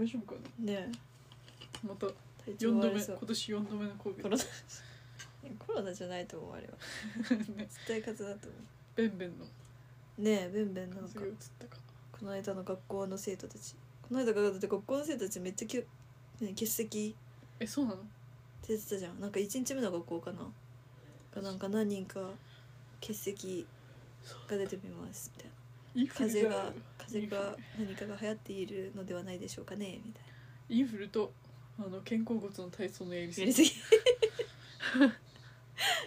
Speaker 2: 大丈夫かなん
Speaker 1: ねえ
Speaker 2: また
Speaker 1: 体調
Speaker 2: 4度
Speaker 1: 悪
Speaker 2: 目
Speaker 1: そう
Speaker 2: 今年4度目のコ
Speaker 1: コ
Speaker 2: ー
Speaker 1: ロナ [LAUGHS] いやコロナじゃないと思うあれ
Speaker 2: ビ
Speaker 1: は
Speaker 2: [LAUGHS] ね
Speaker 1: 絶対風邪だと思
Speaker 2: ベンベンの
Speaker 1: うねえベンベンなん
Speaker 2: す
Speaker 1: か
Speaker 2: ぐ映ったか
Speaker 1: この間の学校の生徒たちこの間だって学校の生徒たちめっちゃきゅ、ね、欠席
Speaker 2: えそうなの
Speaker 1: 出てたじゃんなんか1日目の学校かながなんか何人か欠席が出てみますみたいな
Speaker 2: インフル
Speaker 1: 風
Speaker 2: じゃ
Speaker 1: 邪
Speaker 2: ない
Speaker 1: が風邪 [LAUGHS] が何かが流行っているのではないでしょうかねみたい
Speaker 2: インフルとあの肩甲骨の体操のやり
Speaker 1: な
Speaker 2: す
Speaker 1: やり
Speaker 2: ぎ
Speaker 1: すぎ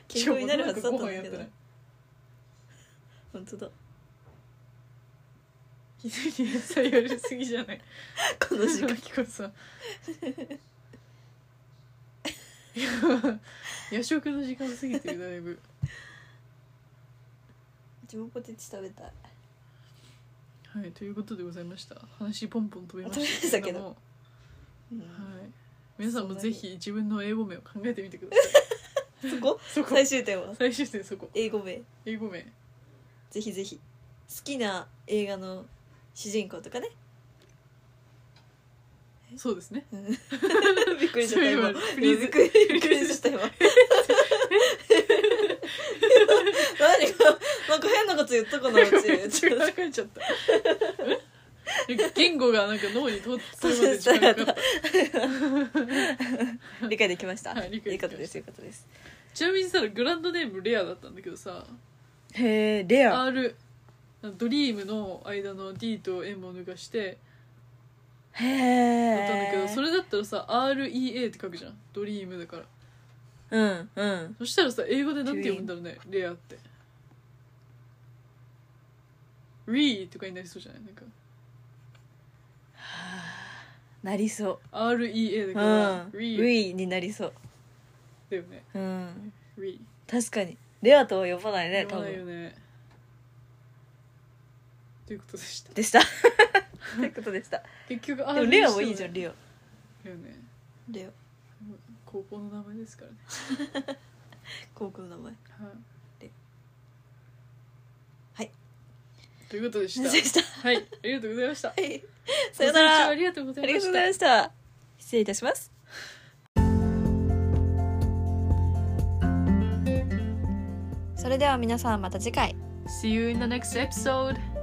Speaker 1: 健康になるはずだったん
Speaker 2: し
Speaker 1: だ
Speaker 2: か
Speaker 1: け
Speaker 2: も
Speaker 1: ど
Speaker 2: なんか
Speaker 1: 本当だ
Speaker 2: ご飯やってないひどい野菜やりすぎじゃない
Speaker 1: この時間 [LAUGHS]
Speaker 2: マキコさんいや夜食の時間過ぎてるだいぶ
Speaker 1: うちもポテチ食べたい
Speaker 2: はいということでございました話ポンポン飛びまし
Speaker 1: 飛
Speaker 2: た
Speaker 1: びましたけ
Speaker 2: け
Speaker 1: ど
Speaker 2: ども
Speaker 1: うん
Speaker 2: はい皆さんもぜ
Speaker 1: そん
Speaker 2: ひ自分の英語名を考えてみてください
Speaker 1: そこ
Speaker 2: そこ
Speaker 1: 最終点は
Speaker 2: 最終点そこ
Speaker 1: 英語名
Speaker 2: 英語名
Speaker 1: ぜひぜひ好きな映画の主人公とかね
Speaker 2: そうですね
Speaker 1: [LAUGHS] びっくりしちゃった今
Speaker 2: そう今フリーズ
Speaker 1: びっくりびっくりしちゃった今なんかなんか変なこと言っ
Speaker 2: [LAUGHS]
Speaker 1: たかなうち
Speaker 2: めっちゃ考えちゃったえなんか言語がなんか脳に通通るまで時間かかった
Speaker 1: 理解できました
Speaker 2: はい理解
Speaker 1: よ
Speaker 2: できました
Speaker 1: かったですよかったです
Speaker 2: ちなみにさグランドネームレアだったんだけどさ
Speaker 1: へえレ
Speaker 2: R ドリームの間の D と M を抜かして
Speaker 1: へ
Speaker 2: だったんだけど
Speaker 1: え
Speaker 2: それだったらさ REA って書くじゃんドリームだから
Speaker 1: うんうん
Speaker 2: そしたらさ英語でなんて読むんだろうねレアって「RE」とかになりそうじゃないなんか
Speaker 1: なりそう
Speaker 2: REA だ
Speaker 1: う
Speaker 2: か
Speaker 1: ん
Speaker 2: ら「
Speaker 1: ウ
Speaker 2: RE
Speaker 1: ィーになりそう」
Speaker 2: だよね
Speaker 1: うん
Speaker 2: 「RE
Speaker 1: 確かにレアとは呼ばない」ね
Speaker 2: 読
Speaker 1: 多
Speaker 2: まないよ
Speaker 1: 分
Speaker 2: ねということでした
Speaker 1: でし
Speaker 2: [LAUGHS]
Speaker 1: たということでした
Speaker 2: 結局
Speaker 1: でも
Speaker 2: RE
Speaker 1: レアもいいじゃん
Speaker 2: レ
Speaker 1: レア
Speaker 2: アよね
Speaker 1: レア
Speaker 2: 高校の名前ですからね
Speaker 1: 高校の名前
Speaker 2: はい
Speaker 1: ではい
Speaker 2: ということでし
Speaker 1: で
Speaker 2: た
Speaker 1: した
Speaker 2: はいありがとうございました
Speaker 1: はい [LAUGHS] さ
Speaker 2: ご清聴
Speaker 1: よなら
Speaker 2: ありがとうござ
Speaker 1: あ
Speaker 2: い
Speaker 1: り
Speaker 2: ま
Speaker 1: がと
Speaker 2: し
Speaker 1: うござ
Speaker 2: た
Speaker 1: いました。失礼いたします。それでは皆さんまた次回。
Speaker 2: See you in the next episode